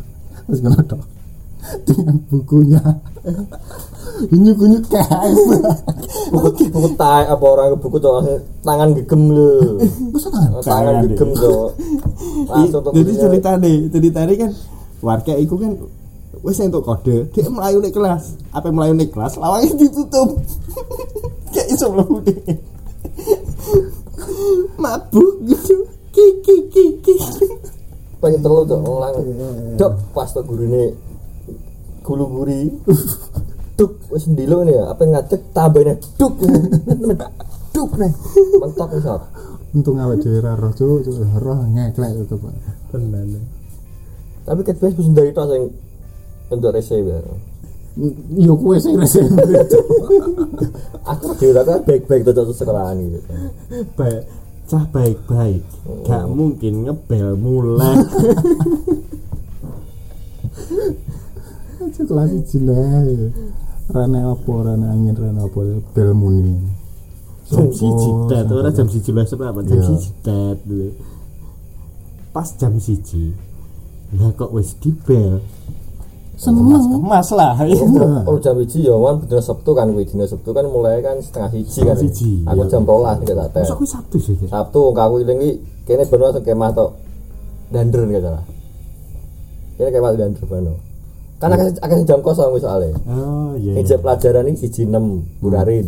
Speaker 3: terus ngono tok dengan bukunya nyuk nyuk kayak
Speaker 2: buku buku tai apa orang buku tuh tangan gegem lho Oh,
Speaker 3: masa tangan
Speaker 2: tangan
Speaker 4: Tangan,
Speaker 2: gegem tuh langsung ya. tuh
Speaker 4: jadi
Speaker 2: kuliah.
Speaker 4: cerita nih cerita ini kan warga itu kan wes entuk kode dia melayu nih kelas apa yang melayu nih kelas lawangnya ditutup kayak iso mlebu deh mabuk gitu kiki kiki
Speaker 2: pengen telu tuh ulang dok pas tuh guru ini gulu guri duk wis ndilo ini ya apa ngadek tambahin duk duk nih mentok iso
Speaker 3: untung awet dhewe ra roh cuk cuk roh ngeklek itu Pak tenan
Speaker 4: ya.
Speaker 2: tapi ket wis bisa dari tok sing untuk receiver
Speaker 3: yo kuwe sing resik
Speaker 2: aku diurutkan baik-baik tuh tuh sekolahan gitu
Speaker 4: baik cah baik baik
Speaker 2: Oh.
Speaker 4: gak mungkin ngebel mulai
Speaker 3: Aja kelas iki nae rene apa rene angin rene apa bel muni
Speaker 4: jam
Speaker 3: Sopo,
Speaker 4: siji
Speaker 2: Oh,
Speaker 4: dat
Speaker 3: sopo.
Speaker 4: ora jam siji lah seberapa jam
Speaker 3: Iya.
Speaker 4: siji dat dulu. pas jam siji lah kok wis dibel
Speaker 3: seneng
Speaker 4: kemas lah
Speaker 2: oh jam hiji ya kan bener Sabtu kan kuwi dina Sabtu kan mulai kan setengah hiji kan
Speaker 4: Setengah hiji,
Speaker 2: aku
Speaker 4: iya.
Speaker 2: jam 12 tidak tak
Speaker 4: masa aku sabtu sih ya
Speaker 2: Sabtu engko aku ilang iki kene beno sing kemah tok dandren gak salah. Kene kemah dandren beno. Karena akan akan jam kosong wis soalé.
Speaker 4: oh iya
Speaker 2: Ini
Speaker 4: Hmm.
Speaker 2: Eh, jam pelajaran ini siji 6 burarin.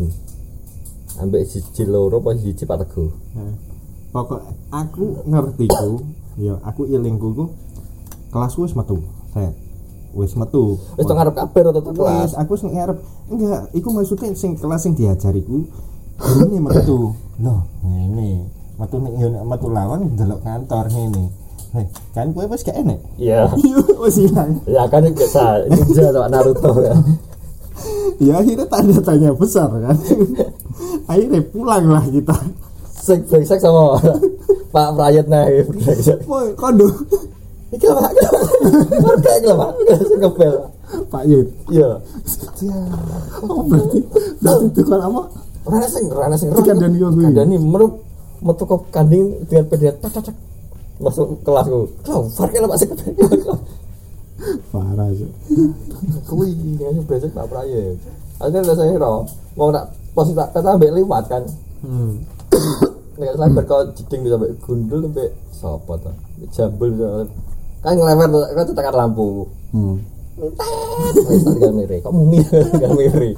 Speaker 2: Ambek siji loro apa siji patego.
Speaker 4: Nah, pokok aku ngerti ku ya aku iling ku ku, kelas wis metu set wis metu
Speaker 2: Wis tok ngarep kabeh atau tok kelas.
Speaker 4: kelas aku wis ngarep enggak iku maksudnya sing kelas sing diajari ku ini metu loh ngene metu nek yo nek metu lawan delok kantor ngene Hei, kan kowe wis gak enek
Speaker 2: Iya.
Speaker 4: wis hilang
Speaker 2: Ya kan iki sa ninja tok Naruto ya.
Speaker 4: ya akhirnya tanda tanya besar kan akhirnya pulang lah kita
Speaker 2: Sek brengsek sama Pak ya. Prayet nih brengsek.
Speaker 4: woi kondo
Speaker 2: Iki lho, Pak. Kok iki lho, Pak. Sing kebel. Pak.
Speaker 3: Pak Yud
Speaker 2: Iya.
Speaker 3: oh berarti berarti itu kan apa
Speaker 2: Rana sing, rana sing,
Speaker 3: Dikandani kok kuwi.
Speaker 2: Dikandani, merem metu kok kanding dengan pedenya tak tak tak. Masuk kelas ku. Kau farke lah masih kebetulan.
Speaker 3: parah sih
Speaker 2: Kui ini besok tak peraya. Akhirnya udah saya kira, mau tak posisi tak tak ambil lewat kan.
Speaker 3: Hmm.
Speaker 2: Nek saya berkau jeding bisa sampai gundul sampai sopo tuh, jambul bisa sampai- kan ngelewer tuh, kan tekan lampu.
Speaker 3: hmm.
Speaker 2: Wes tak gak miri, kok mumi gak miri.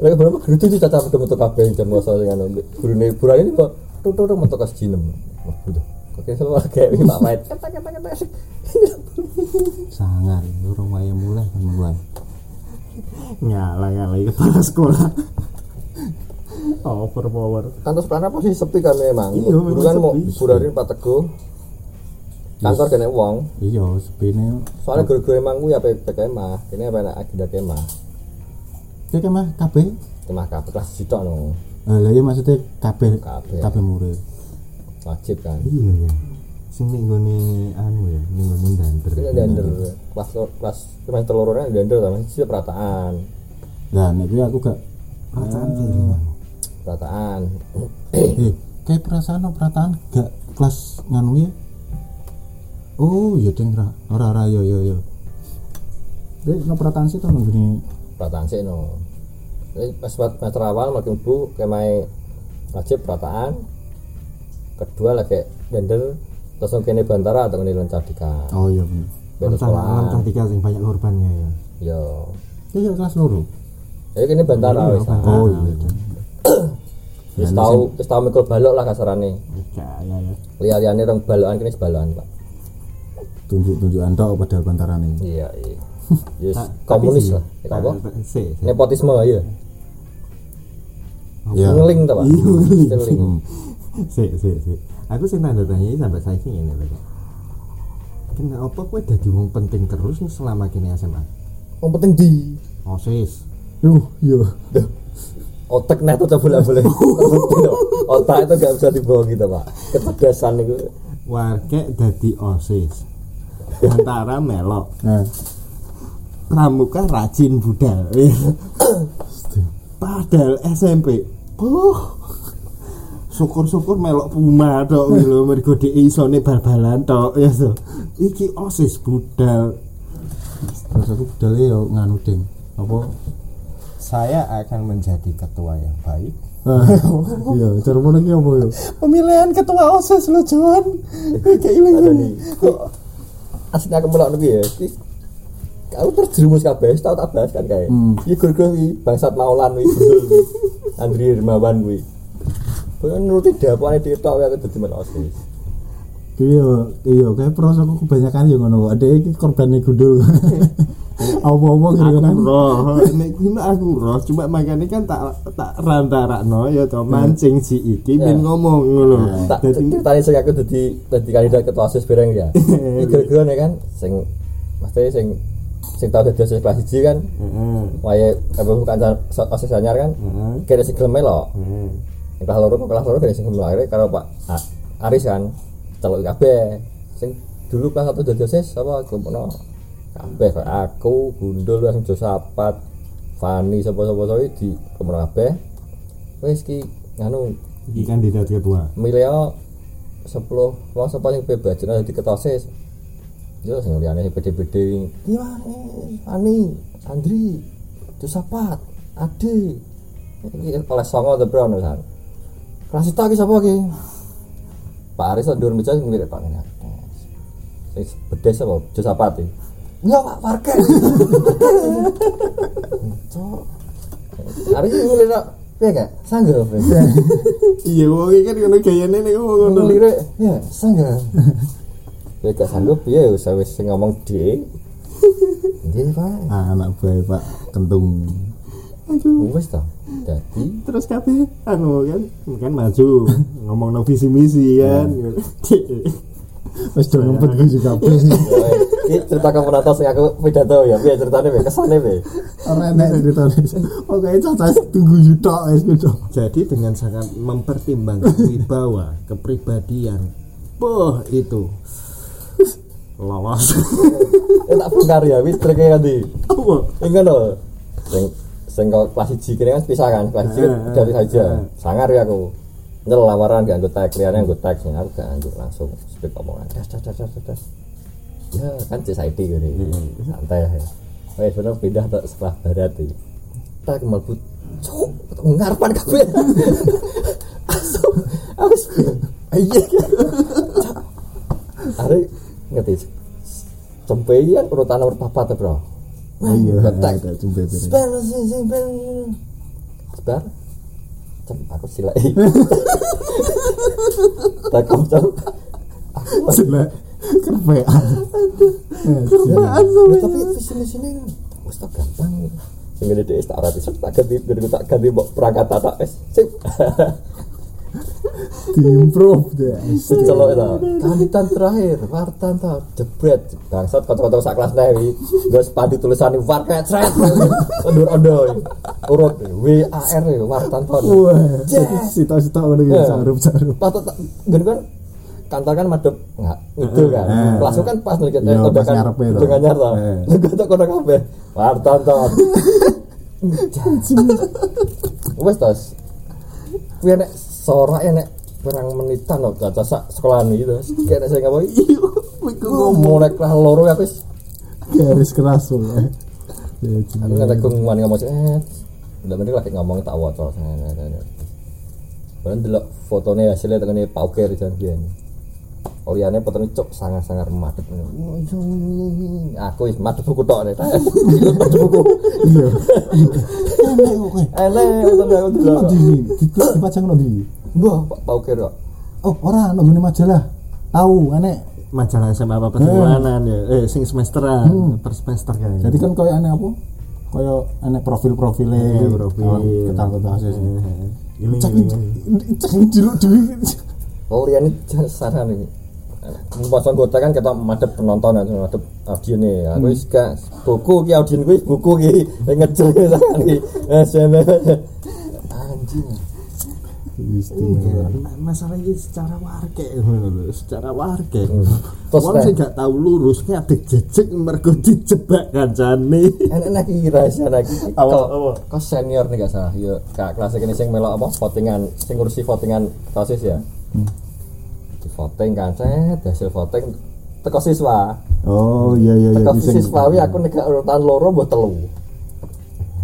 Speaker 2: Lagi berapa guru tuh caca betul betul kabeh jam kosong anu, dengan ambil guru nih bulan ini kok tuh tuh tuh metu kas jinem. Wah udah, kok kayak semua kayak ini pak Maid. Kata kata kata.
Speaker 3: sangar orang waya mulai kan mulai
Speaker 4: nyala nyala kepala sekolah overpower
Speaker 2: Kantor sekolah apa sih sepi kan memang.
Speaker 4: Iya, memang
Speaker 2: Guru kan mau
Speaker 4: sepi.
Speaker 2: burarin pak teguh. Kantor kena uang.
Speaker 3: iya sepine
Speaker 2: Soalnya guru-guru emang gue ya PPK mah, ini apa nak agenda kemah,
Speaker 3: ya kan mah kabeh
Speaker 2: kemah kabeh kelas sitok no,
Speaker 3: Eh, lah iya maksudnya kabeh
Speaker 2: Kabeh.
Speaker 3: kabeh murid
Speaker 2: wajib kan.
Speaker 4: iya ya sing ning gone anu ya ning gone danter
Speaker 2: Kita dander, kelas kelas semester loronya dander sama sih perataan.
Speaker 3: nah nek kuwi aku gak
Speaker 4: perasaan kayak gimana
Speaker 2: perataan
Speaker 3: eh kayak perasaan no perasaan gak kelas nganu ya oh iya deng ra ora ora yo yo yo Dek, no perasaan sih tuh nunggu
Speaker 2: perataan sih no Jadi pas buat semester awal makin bu kemai wajib perataan kedua lagi gender terus kene bantara atau kene lencadika
Speaker 3: oh iya bener
Speaker 2: beda
Speaker 4: Perasaan alam
Speaker 2: sekolah
Speaker 4: tadika sing banyak korbannya ya
Speaker 2: yo
Speaker 3: iya kelas loro
Speaker 2: jadi kene bantara wis
Speaker 4: Bantara.
Speaker 3: oh iya iya.
Speaker 2: wis tau wis tau mikul balok lah kasarane
Speaker 4: enggak ya ya
Speaker 2: liya-liyane rong balokan kene sebalokan Pak
Speaker 3: tunjuk tunjukan tok padahal bantaran ini
Speaker 2: iya iya yes
Speaker 4: Ta-
Speaker 2: komunis
Speaker 4: tapi
Speaker 2: lah
Speaker 4: sih,
Speaker 2: ya
Speaker 4: ta-
Speaker 2: apa
Speaker 4: ta- sih, sih.
Speaker 2: nepotisme ya
Speaker 3: Iya.
Speaker 2: ngeling ta Pak ngeling
Speaker 4: Sih, sih, sih. aku sing tanda tanya ini sampai saya ini loh Kak. kenapa kowe dadi wong penting terus nih selama kini SMA
Speaker 2: yang penting di
Speaker 4: osis
Speaker 3: uh iya
Speaker 2: otak net itu boleh boleh terbukti loh otak itu gak bisa dibawa gitu pak kecerdasan itu
Speaker 4: warga dadi osis antara melok
Speaker 3: nah
Speaker 4: pramuka rajin budal padahal SMP uh syukur-syukur melok puma tok kuwi lho mergo dhek isone bal-balan tok ya so. iki osis budal
Speaker 3: maksud aku budale ya nganu ding. Apa?
Speaker 4: Saya akan menjadi ketua yang baik.
Speaker 3: Ah, Iya, cermo iki apa ya?
Speaker 4: Pemilihan ketua OSIS lo John. Kayak
Speaker 2: Ada nih. Kok asli aku melok nih ya. Ki, Aku terjerumus kabeh, tau tak bahas kan kae. Iki gara-gara iki bangsat Maulan kuwi bener. kuwi. Andri Hermawan kuwi. Pengen nuruti dakwaan dhewe tok aku dadi men osis.
Speaker 3: Iya, iya, kayak pros aku kebanyakan ya ngono. Ada iki korbannya gundul. Apa-apa gitu kan.
Speaker 4: roh nek kuwi aku roh cuma makanya kan tak tak rantarakno ya to mancing si iki
Speaker 2: Ya.
Speaker 4: ben
Speaker 2: Nah.
Speaker 4: ngomong ngono
Speaker 2: Tak
Speaker 4: Dadi-
Speaker 2: ceritane sing aku dadi dadi kandidat ketua osis bareng ya. Iki gara-gara nih kan sing mesti sing sing tau dadi osis kelas 1 kan
Speaker 4: Heeh.
Speaker 2: Waya apa bukan osis anyar kan.
Speaker 4: Heeh.
Speaker 2: Kira sing gelem melok.
Speaker 4: Heeh.
Speaker 2: Yang kelas loro kok kelas loro dari sing belum akhirnya karo Pak A- Aris kan celuk kabeh sing dulu kelas satu jadi osis apa kumpulno kabeh Kayak aku gundul langsung Josapat Fani sapa-sapa soi di kumpulno kabeh wis ki nganu
Speaker 3: Iki
Speaker 4: Kan
Speaker 3: kandidat ketua.
Speaker 2: milio 10 wong sapa sing bebas jadi ketua osis yo sing liyane sing beda-beda gimana Fani Andri Josapat Ade iki oleh songo the brown kan Kelas itu lagi siapa lagi? Pak Aris lah dua meja sing mirip Pak Nina. Sing bedes apa? Jos apa tuh? Enggak Pak Parker. Cok. Aris sing ngelirik kok. Piye gak? Sanggup.
Speaker 4: iya wong iki kan ngono gayane nek ngomong ngono
Speaker 2: Ngelirik. Ya, sanggup. Piye gak sanggup piye ya, wis wis sing ngomong dhewe. Nggih Pak.
Speaker 3: Ah, anak buah Pak Kentung.
Speaker 2: Wis to. Dadi
Speaker 4: terus kabeh anu kan kan maju ngomong no visi misi kan
Speaker 3: Wis do ngempet gue juga apa sih.
Speaker 2: ya, weh. Ini cerita kamu nato sing aku pidato ya, piye ceritane piye kesane piye?
Speaker 3: Ora enak ceritane. Oke, cacah tunggu yuto wis gitu.
Speaker 4: jadi dengan sangat mempertimbangkan wibawa kepribadian boh itu lolos
Speaker 2: Eh tak bongkar ya, wis trike nanti.
Speaker 4: apa
Speaker 2: Enggak loh. Sing sing kalau kelas 1 kene kan pisah kan, kelas 1 dari saja. Sangar ya aku. Nyel lamaran gak anggo tag, liyane anggo tag, sing aku gak anggo langsung speak omongan. Das das das das das. Ya kan cis ID gini.
Speaker 3: Mm-hmm.
Speaker 2: Santai ya. Wes bener pindah ke sekolah barat iki. Tak mlebu cuk ngarepan kabeh. Asup. Aku iya. Are ngerti. Cempeyan urutan nomor papat ya, Bro.
Speaker 3: Iya,
Speaker 2: Ketek.
Speaker 3: ada jumbe bere.
Speaker 2: Sebar, sing sing ben. Sebar. Cem, aku silai. tak kamu cem.
Speaker 3: Jelek. Kerpean. ya. Kerpean.
Speaker 2: Nah, Tapi di sini sini wis tak gampang. Sing ngene dhek tak rapi tak ganti ben tak ganti mbok perangkat tak tak, es. Sip.
Speaker 3: Diimprove ya. deh.
Speaker 2: Sing celok itu. Kandidat terakhir, Wartanto jebret. Bangsat kocok-kocok sak kelas nae iki. Nggo sepatu tulisan Wartanto sret. Ondur-ondur. Urut W A R Wartanto.
Speaker 3: Wah,
Speaker 2: Yes.
Speaker 3: sita-sita ngono iki
Speaker 4: Ya.
Speaker 2: Eh.
Speaker 3: sarup-sarup.
Speaker 2: Patut tak gini kan kantor kan madep nggak itu kan
Speaker 3: Eh.
Speaker 2: langsung kan pas nih kita
Speaker 3: Iya,
Speaker 2: udah
Speaker 3: pas
Speaker 2: kan
Speaker 3: ngarepe itu.
Speaker 2: udah nyar tau
Speaker 3: Eh.
Speaker 2: gue tak kono kafe wartawan tau wes tos gue nek sorak ya nek kurang menitan loh gak sak sekolahan gitu kayak nek saya nggak mau Gua mulai kelas loro ya wis
Speaker 3: Garis keras loh. Ya,
Speaker 2: kan aku
Speaker 3: jenenge.
Speaker 2: nggak tahu ngomong ngomong eh udah mending lagi ngomong tak wacol Kalian delok fotonya hasilnya tekan Pak Oke Rizan Bian. Oriane fotonya cok sangar-sangar madep. Aku wis madep buku tok nek. Madep buku.
Speaker 3: Iya. Enak kok.
Speaker 2: Enak Eh, fotonya aku delok.
Speaker 3: Ono di ditulis dipajang ono di.
Speaker 2: Wah, Pak Pak Oke kok.
Speaker 3: Oh, ora ono ngene majalah. Tahu, aneh.
Speaker 4: majalah SMA apa pertemanan ya eh sing semesteran per semester kayaknya
Speaker 3: Jadi kan koyo aneh apa? Koyo aneh profil-profile
Speaker 4: Iya, profil.
Speaker 3: Ketangkota asis.
Speaker 4: Eh, ini
Speaker 3: Cek cek dulu dulu.
Speaker 2: Oriane jan saran iki. Pasang gota kan kita madep penonton ya, madep audien nih. Aku wis gak buku ki audien kuwi buku ki ngejel ki saran ki. Eh, SMS. Anjing.
Speaker 4: Iya, masalah ini secara warga ngono lho, secara warga
Speaker 2: Terus,
Speaker 4: wong
Speaker 2: Teh.
Speaker 4: sing gak tau lurus ngadeg jejeg mergo dijebak kancane
Speaker 2: enak enak iki rahasia lagi
Speaker 4: Apa,
Speaker 2: kok
Speaker 4: apa?
Speaker 2: kok senior nih gak salah yo kak kelas ini sing melok apa votingan sing ngurusi votingan tosis ya di voting kan set hasil voting teko siswa
Speaker 3: Oh iya iya iya.
Speaker 2: teko
Speaker 3: bisa.
Speaker 2: siswa wi aku nek urutan loro mbok telu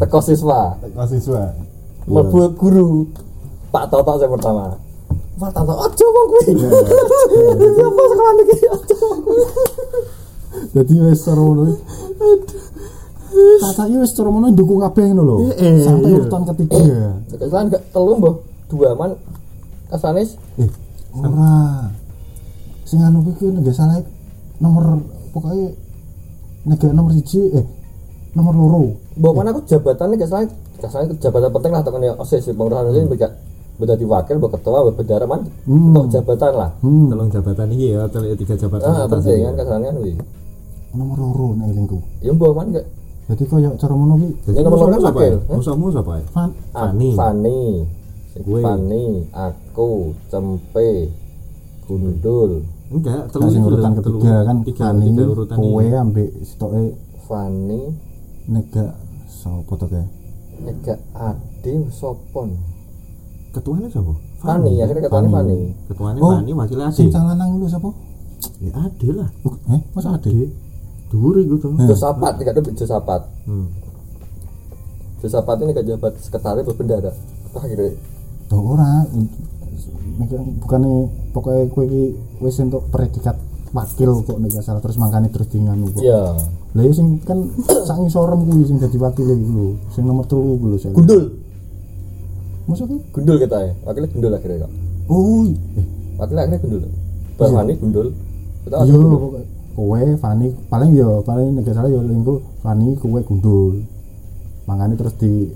Speaker 2: teko siswa
Speaker 3: Teko siswa.
Speaker 4: Hmm.
Speaker 2: mlebu guru Pak Toto yang pertama Pak Toto ojo wong kuwi apa sekolah niki ojo wong kuwi
Speaker 3: Jadi wis cara ngono. iki. Tata iki wis cara ngono ndukung kabeh ngono lho.
Speaker 4: Eh,
Speaker 3: Sampai
Speaker 4: iya.
Speaker 3: urutan ketiga.
Speaker 2: Nek kesalahan gak telu mbok dua man kesane
Speaker 3: Eh, ora. Sing anu kuwi kuwi nggak salah nomor pokoknya negara nomor siji eh nomor loro.
Speaker 2: mbok mana aku jabatannya gak salah gak salah itu jabatan penting lah tekan ya osis pengurusan osis mbok gak mbok dadi wakil mbok ketua mbok bendara man
Speaker 3: Hmm.
Speaker 2: untuk jabatan lah
Speaker 3: Hmm,
Speaker 4: tolong jabatan ini ya tolong tiga jabatan
Speaker 2: ah
Speaker 4: atas
Speaker 2: penting
Speaker 4: ini.
Speaker 2: kan kesalahan kan kuwi
Speaker 3: nomor loro nek elingku.
Speaker 2: ya mbok man gak
Speaker 3: Jadi koyo cara ngono kuwi
Speaker 4: jadi
Speaker 2: Ini nomor
Speaker 4: musuhmu
Speaker 2: loro
Speaker 4: siapa
Speaker 2: kan
Speaker 4: ya
Speaker 2: wakil, eh?
Speaker 4: musuhmu siapa ya
Speaker 3: Fan.
Speaker 4: Fani.
Speaker 2: Fani
Speaker 4: Gue.
Speaker 2: Fani aku Cempe Gundul
Speaker 4: enggak telu
Speaker 3: Nah, sing
Speaker 4: itu udah,
Speaker 3: urutan
Speaker 4: telu.
Speaker 3: ketiga kan
Speaker 4: tiga
Speaker 3: Fani,
Speaker 4: tiga urutan ini.
Speaker 3: kowe ambek sitoke
Speaker 2: Fani
Speaker 3: nega sapa to kae?
Speaker 2: Ega Ade Sopon
Speaker 4: ketuanya siapa
Speaker 2: Fani akhirnya ketuanya Fani
Speaker 4: ketuanya
Speaker 3: ya. Oh.
Speaker 4: Fani wakilnya Ade
Speaker 3: Sing calon nang lu sapa?
Speaker 4: ya Ade lah
Speaker 3: Loh, Eh, Mas Ade.
Speaker 4: dhuwur iku to
Speaker 3: Hmm.
Speaker 2: Josapat tiga ada Josapat
Speaker 4: Hmm.
Speaker 2: Josapat ini gak jabat sekretaris berbendara akhirnya
Speaker 3: Tuh ora bukannya pokoknya kue ki wis untuk predikat wakil kok nek gak salah terus makanya terus di nganu kok.
Speaker 2: ya
Speaker 3: Lah ya sing kan sak ngisorem kuwi sing dadi wakil iku lho, sing nomor 3 iku lho. saya.
Speaker 2: Gundul
Speaker 3: Masa ki?
Speaker 2: Gundul kita ya akhirnya Gundul akhirnya kok
Speaker 3: Oh, eh,
Speaker 2: akhirnya akhirnya
Speaker 4: Iya.
Speaker 2: Gundul Bar Fani Gundul kita
Speaker 3: yo pokoknya kowe Fani paling yo paling nek gak salah yo lingku Fani kowe gundul. Makanya terus di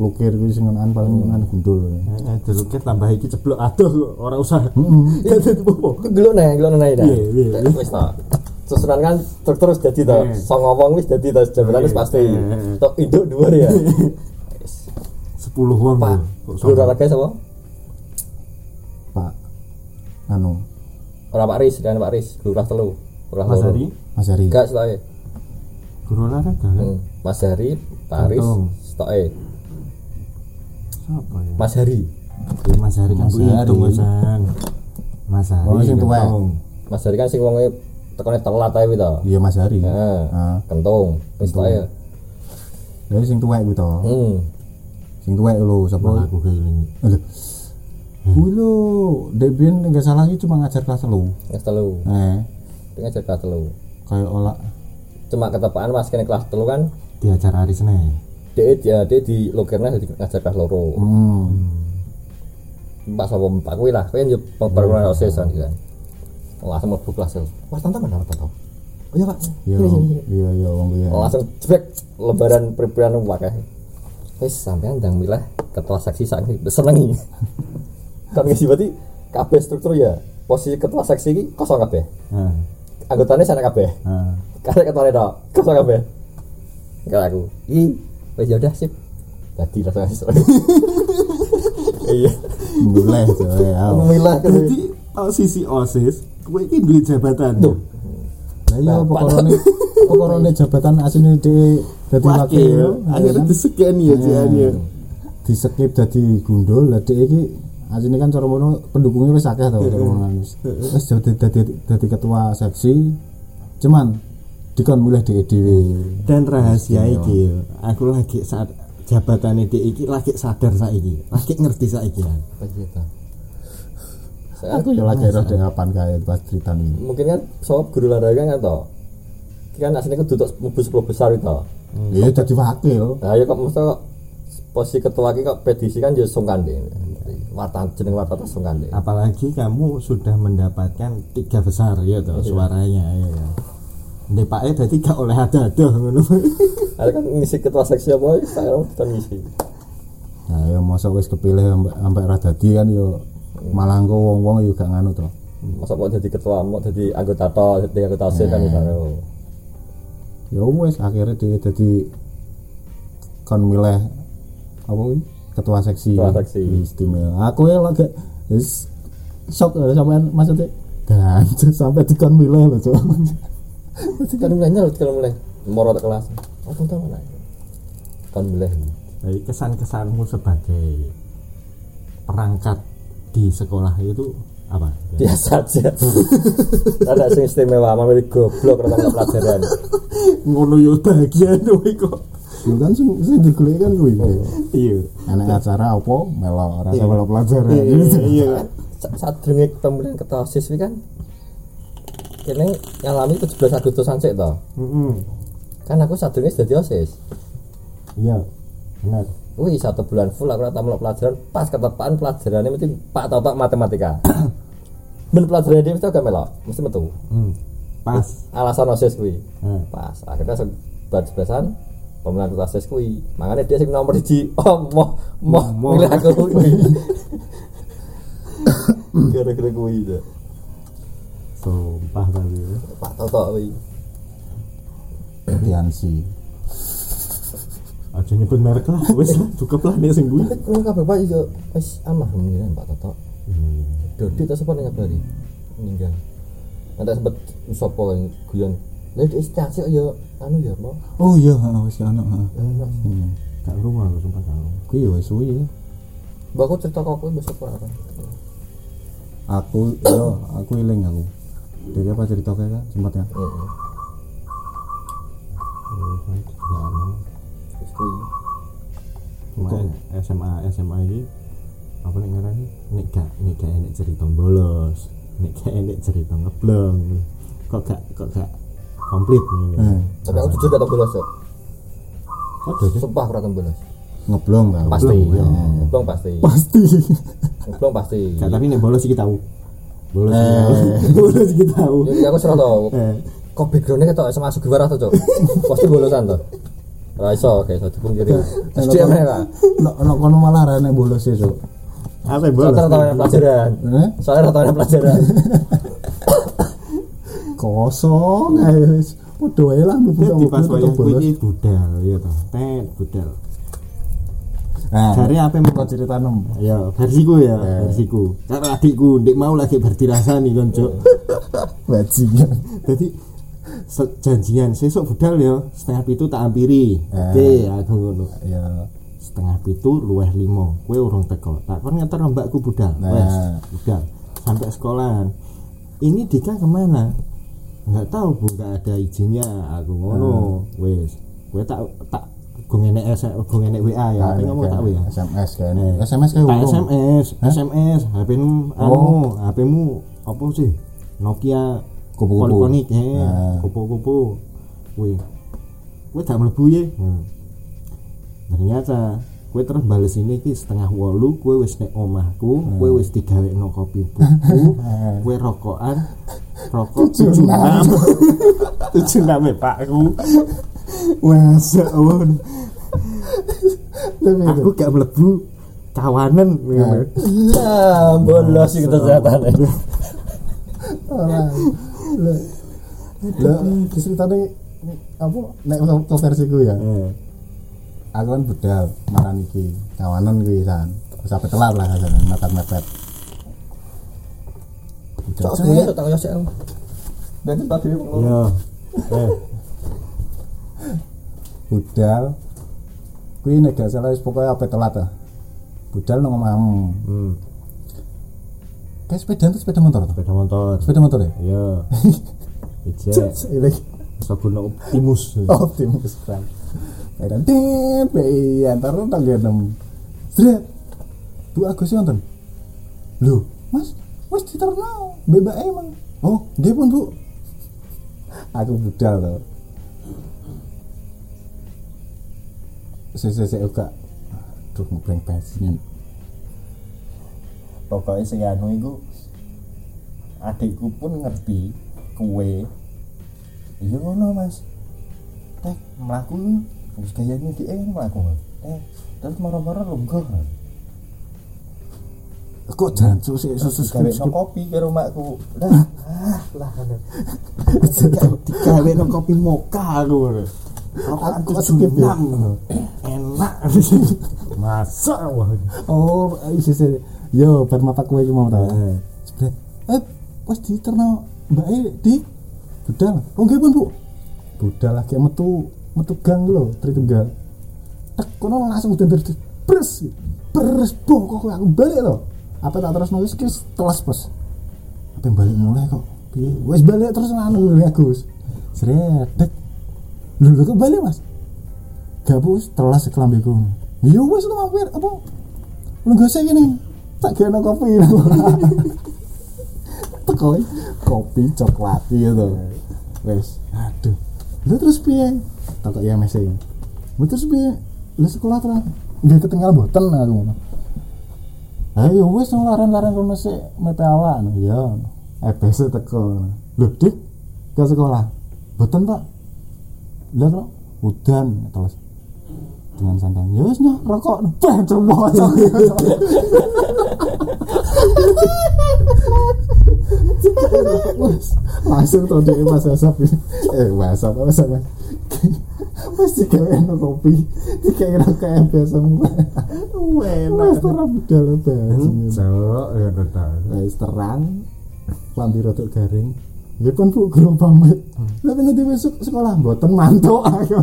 Speaker 3: lukir kuwi sing ngenan paling ngenan gundul.
Speaker 4: Eh, eh, dulu tambah iki ceblok aduh ora usah
Speaker 3: Heeh.
Speaker 4: Gak jadi popo.
Speaker 2: Gundul nih Gundul nih nah
Speaker 4: Iya, iya, iya.
Speaker 2: wis tak susunan kan terus terus jadi toh
Speaker 4: Iya.
Speaker 2: song ngomong wis jadi toh jabatan wis
Speaker 4: Iya,
Speaker 2: pasti
Speaker 4: iya, iya.
Speaker 2: tok induk dua ya
Speaker 4: sepuluh wong
Speaker 2: Pak
Speaker 4: kok
Speaker 2: Gundul
Speaker 4: sama.
Speaker 2: olahraga sama
Speaker 3: Pak anu
Speaker 2: orang Pak Riz dan Pak Riz Lurah telu Lurah
Speaker 4: Mas
Speaker 2: loro.
Speaker 4: Hari
Speaker 3: Mas Heri.
Speaker 2: Enggak setelah
Speaker 4: guru olahraga kan?
Speaker 2: Hmm. Mas Hari, Pak Aris,
Speaker 4: Untung.
Speaker 2: Stoe.
Speaker 4: siapa ya
Speaker 2: Mas Hari,
Speaker 4: Ya, Mas Hari kan
Speaker 3: Mas
Speaker 4: gue hitung
Speaker 3: Hari.
Speaker 4: Mas Mas Hari
Speaker 3: Oh, sing tuwek.
Speaker 4: hitung.
Speaker 2: Mas Hari kan sing wonge tekone telat ae kuwi to.
Speaker 3: Iya Mas Heri.
Speaker 2: Heeh.
Speaker 3: Ah.
Speaker 2: Kentung, wis Stoe.
Speaker 3: Lah sing tuwek kuwi to.
Speaker 2: Hmm.
Speaker 3: Sing tuwek lho sapa?
Speaker 4: Malah aku Eh. kelingi.
Speaker 3: Lho. Kuwi lho, Debian enggak salah iki cuma ngajar kelas 3.
Speaker 2: Kelas telu,
Speaker 3: Eh,
Speaker 2: dengan aja kelas telu.
Speaker 3: kayak olah
Speaker 2: Cuma ketepaan Mas kene kelas telu kan
Speaker 4: diajar hari Senin
Speaker 2: dia dia dia di lokernya jadi ngajar kelas loro.
Speaker 3: hmm.
Speaker 2: Pas apa empat kuwi lah, kuwi yo perkenalan osis kan gitu. Langsung mlebu kelas telu. Hmm. Mas Tanto mana Mas Tanto? Oh iya Pak.
Speaker 3: Iya, iya, iya, wong kuwi. ya.
Speaker 2: Oh, Langsung jebek lebaran pribadi wakai. ya. Wis sampean ndang milah ketua seksi saiki senengi. kan ngisi berarti kabeh struktur ya posisi ketua seksi iki kosong kabeh.
Speaker 4: Ah,
Speaker 2: Anggotane sana kabeh.
Speaker 4: ah.
Speaker 2: Karek ketua tok kosong kabeh. Enggak aku. I wis ya udah sip. Dadi langsung aja seneng. Iya.
Speaker 3: boleh to ya.
Speaker 2: Milah kan.
Speaker 4: jadi posisi osis gue ini duit jabatan
Speaker 2: Duh.
Speaker 3: Lah iya pokorone pokorone jabatan asline de dadi wakil.
Speaker 4: wakil akhirnya diseken ya Jian ya
Speaker 3: di skip dadi gundul lah dek iki asline kan cara ngono pendukungnya wis akeh to cara ngono wis wis dadi dadi dadi ketua seksi cuman dikon milih dhewe dhewe
Speaker 4: dan rahasia iki yo, aku lagi saat jabatan ini iki lagi sadar saiki lagi ngerti saiki kan
Speaker 2: Saya
Speaker 3: aku ya lagi roh dek kapan kae pas critani
Speaker 2: mungkin kan soal guru olahraga kan toh. Kan aslinya kan duduk mlebu 10 besar itu. toh.
Speaker 3: iya dadi wakil
Speaker 2: Nah, ya kok mesti posisi ketua iki kok petisi kan ya sungkan deh. Warta jeneng warta tuh sungkan deh.
Speaker 4: apalagi kamu sudah mendapatkan tiga besar ya toh suaranya ya kan Ndek Pak E dadi gak oleh ada aduh ngono.
Speaker 2: Ada kan ngisi ketua seksi apa ya, saya orang kita ngisi.
Speaker 3: Nah, ya masa wis kepilih ampe- ampe ra dadi kan ya malah engko wong-wong ya gak nganu to.
Speaker 2: Masa mau jadi ketua, mau jadi anggota to, jadi anggota sih kan misalnya.
Speaker 3: Ya um, wis akhirnya dia dadi kon milih apa kuwi? Ketua seksi.
Speaker 2: Ketua seksi.
Speaker 3: Istimewa. Aku ya lagi wis sok eh, sampean maksudnya dan sampai dikon milih lho, Cuk.
Speaker 2: Kan mulainya harus kalau mulai moro tak kelas. Oh, tentang mana? Kan mulai.
Speaker 4: Jadi kesan-kesanmu sebagai perangkat di sekolah itu
Speaker 3: apa
Speaker 4: Iya.
Speaker 2: biasa aja ada sing istimewa memilih goblok rata pelajaran
Speaker 4: ngono yo bahagia kowe kok
Speaker 3: Yo kan sing sing digoleki kan kuwi.
Speaker 4: Oh, iya
Speaker 3: Enek acara apa melo rasa melo pelajaran.
Speaker 4: iya iya
Speaker 2: Sa- saat dengi pemberian ketua osis ini kan kini ngalami 17 Agustusan sih toh
Speaker 4: Mm-mm.
Speaker 2: kan aku saat dengi jadi osis
Speaker 3: Iya. Benar.
Speaker 2: wih satu bulan full aku rata melok pelajaran pas ketepaan pelajarannya mesti pak tau tau matematika ben pelajaran dia mesti agak melok mesti metu
Speaker 4: Mm.
Speaker 3: Hmm. Pas.
Speaker 2: alasan osis kuwi
Speaker 3: Hmm.
Speaker 2: pas akhirnya se- bar sebelasan pemenang ketua osis kuwi makanya dia sing nomor di oh moh moh
Speaker 4: Moh.
Speaker 2: milih aku kuwi gara-gara kuwi itu
Speaker 3: Sumpah tapi.
Speaker 4: ya.
Speaker 2: pak toto kuwi
Speaker 3: Tiansi.
Speaker 4: aja nyebut merek lah wes lah cukup lah nih sing gue
Speaker 2: tapi kuwi Eh, kabeh pak iso wis amah mungkin pak toto
Speaker 4: Hmm.
Speaker 2: Dodi tak sempat ngabari meninggal. Ada sempat sopo yang guyon. Lah di istansi ya anu ya mau.
Speaker 3: Oh iya, heeh Iya. wis ana.
Speaker 4: Iya, gak rumah aku sumpah gak rumah Oh,
Speaker 3: Kuwi wis suwi. ya.
Speaker 2: Mbak aku cerita kok aku besok ora.
Speaker 3: Aku yo aku eling aku. Dari apa cerita kayak kan sempat ya?
Speaker 4: Hmm.
Speaker 2: Heeh.
Speaker 4: gak rumah
Speaker 2: Wis kuwi.
Speaker 4: Cuma SMA SMA ini apa nih ngarang nih gak nek gak enek cerita bolos nek gak enek cerita ngebleng kok gak kok gak komplit ya? nih
Speaker 3: Hmm.
Speaker 2: Tapi aku jujur datang bolos. Sok.
Speaker 4: kok iya. tuh
Speaker 2: Sumpah aku datang bolos.
Speaker 3: Ngeblong kan?
Speaker 2: Pasti.
Speaker 3: Ngeblong, ya.
Speaker 2: Belum pasti.
Speaker 4: pasti
Speaker 2: Belum pasti.
Speaker 4: gak tapi nih bolos sih tahu bolos
Speaker 3: Eh.
Speaker 4: iki tahu bolos sih tahu
Speaker 2: Jadi aku serah tau.
Speaker 4: Eh.
Speaker 2: Kok backgroundnya ketok sama Sugi Waras to, Cok. Pasti bolosan to. Ora iso, kayak iso dipungkiri. ya, Terus dia merah.
Speaker 3: Nek nek kono malah rene bolos ya, Cuk.
Speaker 4: apa yang bolos
Speaker 2: Soalnya rata pelajaran.
Speaker 3: Eh?
Speaker 2: Soalnya rata pelajaran.
Speaker 3: Kosong ae wis. Padha wae lah mlebu
Speaker 4: Nek
Speaker 3: sama
Speaker 4: di pas
Speaker 3: guru
Speaker 4: wayang
Speaker 3: tetep
Speaker 4: kuwi
Speaker 3: bolos.
Speaker 4: iki budal ya toh tet budal
Speaker 3: Nah,
Speaker 4: Jare apa yang mau
Speaker 3: cerita nom.
Speaker 4: ya versiku ya
Speaker 3: Eh.
Speaker 4: versiku cara adikku ndik mau lagi berdirasa nih konco
Speaker 3: Bajingan.
Speaker 4: jadi se- janjian sesuk budal ya setengah pitu tak ampiri
Speaker 3: Ah.
Speaker 4: oke aku ngono
Speaker 3: Ya.
Speaker 4: setengah pitu luweh limo kue urung teko tak kon ngeter mbakku budal
Speaker 3: Nah.
Speaker 4: wes budal sampai sekolahan ini Dika kemana nggak tahu bu nggak ada izinnya aku ngono
Speaker 3: Nah.
Speaker 4: wes kue tak tak gue ngenek S- gue ngenek WA
Speaker 3: Nah,
Speaker 4: ya tapi ngomong tak WA
Speaker 3: SMS kan.
Speaker 4: Eh,
Speaker 3: SMS kayak
Speaker 4: tak
Speaker 3: urung.
Speaker 4: SMS SMS HP mu anu
Speaker 3: Oh.
Speaker 4: HP mu apa sih Nokia
Speaker 3: Kupu-kupu.
Speaker 4: Polyphonic eh
Speaker 3: Nah.
Speaker 4: kupu-kupu wih gue tak melebu ya ternyata gue terus bales ini ki setengah wolu gue wis nek omahku gue wis digawe no kopi buku gue rokokan rokok Hmm. tujuh enam tujuh enam ya pakku
Speaker 3: Masa awon. Tapi
Speaker 4: aku gak melebu kawanan
Speaker 2: Lah, bolos sih kesehatannya.
Speaker 3: orang. Lah. Lah, ceritane apa nek to versi ku ya.
Speaker 4: Eh.
Speaker 3: Aku kan budal maran iki. Kawanan kuwi san. Sampai telat lah kan mepet-mepet. Budal
Speaker 2: Cok,
Speaker 3: set.
Speaker 2: tak koyo sik. Dan tadi
Speaker 4: Iya. Eh,
Speaker 3: budal kuwi nek gak salah wis pokoknya apa telat ah budal nang omahmu
Speaker 4: hmm,
Speaker 3: kayak sepeda itu sepeda motor toh?
Speaker 4: sepeda motor.
Speaker 3: sepeda motor ya
Speaker 4: Iya. Ijek.
Speaker 3: ini
Speaker 4: Sabun Optimus.
Speaker 3: Iya. optimus prime sepeda dip bayi antar lu tangga enam seret bu agus sih nonton lu mas mas di terminal bebas emang oh dia pun bu aku budal loh saya saya juga aduh ngebreng bensin
Speaker 4: Pokoknya sing anu iku adikku pun ngerti kue. Iya ngono, Mas. Teh mlaku wis kayane dhek mlaku. Eh, terus marah-marah lenggah.
Speaker 3: kok jancuk sih susu
Speaker 4: Gawe no kopi karo makku. Lah, ah, lah ngono. Digawe no kopi moka aku. ngono. Rokokan
Speaker 3: Aku
Speaker 4: tujuh
Speaker 3: skip ya.
Speaker 4: enam, ngono. Enak. Masak wah.
Speaker 3: Oh, iya sih. Yo, bar mata kue iki mau ta.
Speaker 4: Eh.
Speaker 3: Sebenernya, eh, pas di terno Mbak E di budal. Oh, nggih pun, Bu. Budal lagi metu metu gang lho, Tritunggal. Tek kono langsung udan terus bres. Bres bongkok aku balik lho. Apa tak terus nulis ki telas, Bos. pengen balik mulai kok piye wes balik terus anu ya Gus sredek lho lho, kok balik Mas gabus telas kelambiku yo wes lu mampir apa lu gak usah gini tak kena kopi teko kopi coklat gitu wes aduh lu terus piye tak ya mesin lu terus piye lu sekolah terus gak ketinggalan boten aku ngomong ayo wes nang laran-laran rumah sih mepe awak no ya EPC teko lho dik ke sekolah boten pak lha kok udan terus dengan santai ya wes nyok rokok bang coba langsung tau dia mas asap eh mas asap mas asap mas dikawin no kopi dikawin no kayak biasa mas terang budal bahas
Speaker 1: Cok, ya tetap.
Speaker 3: Wis terang, lambi rotok garing. Ya pun bu guru pamit. Tapi nanti besok sekolah mboten mantuk aku.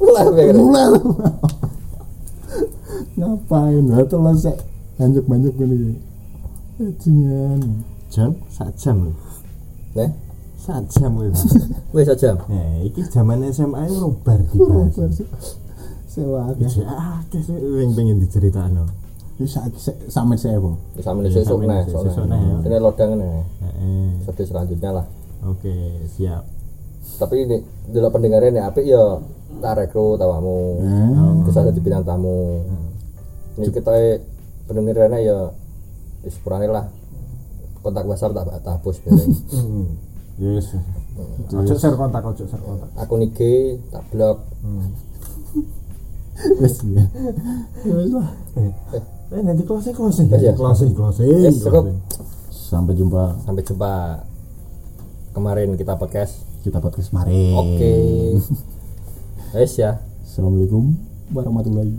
Speaker 2: mulai beres.
Speaker 3: Mulai lu. Ngapain? Lah telan sek banyak-banyak ngene iki. Eh, Ejingan.
Speaker 4: jam sak jam lho
Speaker 2: Nih,
Speaker 4: sak jam
Speaker 3: ya.
Speaker 4: lho
Speaker 2: wes aja.
Speaker 4: nah iki zaman SMA ini robar di
Speaker 3: Robar sih. Sewa Ya,
Speaker 4: ya
Speaker 3: akeh.
Speaker 4: akeh sih yang pengen diceritakno
Speaker 3: Wis saiki sek sampe sek apa?
Speaker 2: Bisa menit
Speaker 4: Iya,
Speaker 2: sesuk
Speaker 4: sampe
Speaker 2: nih,
Speaker 4: sesuk
Speaker 2: soalnya.
Speaker 4: nih, ya.
Speaker 2: Ini lodang nih.
Speaker 4: Heeh.
Speaker 2: Episode selanjutnya lah.
Speaker 4: Eh, oke siap
Speaker 2: Tapi ini dulu pendengarnya nih apik ya tak rekrut tawamu.
Speaker 4: Hmm.
Speaker 2: Bisa jadi bintang tamu. Ini kita pendengarnya ya wis kurangnya lah. Kontak WhatsApp tak tak hapus. gitu. bener.
Speaker 3: Hmm.
Speaker 4: yes
Speaker 1: Ojo share kontak, ojo share kontak.
Speaker 2: Akun IG tak blok.
Speaker 3: Wis ya. Wis lah.
Speaker 4: iya. eh nanti closing closing
Speaker 2: Iya.
Speaker 1: Closing, closing.
Speaker 2: Yes, cukup.
Speaker 1: closing.
Speaker 3: Sampai jumpa
Speaker 2: Sampai jumpa kemarin kita podcast.
Speaker 3: kita podcast mari.
Speaker 2: Oke. Wes ya.
Speaker 3: Assalamualaikum warahmatullahi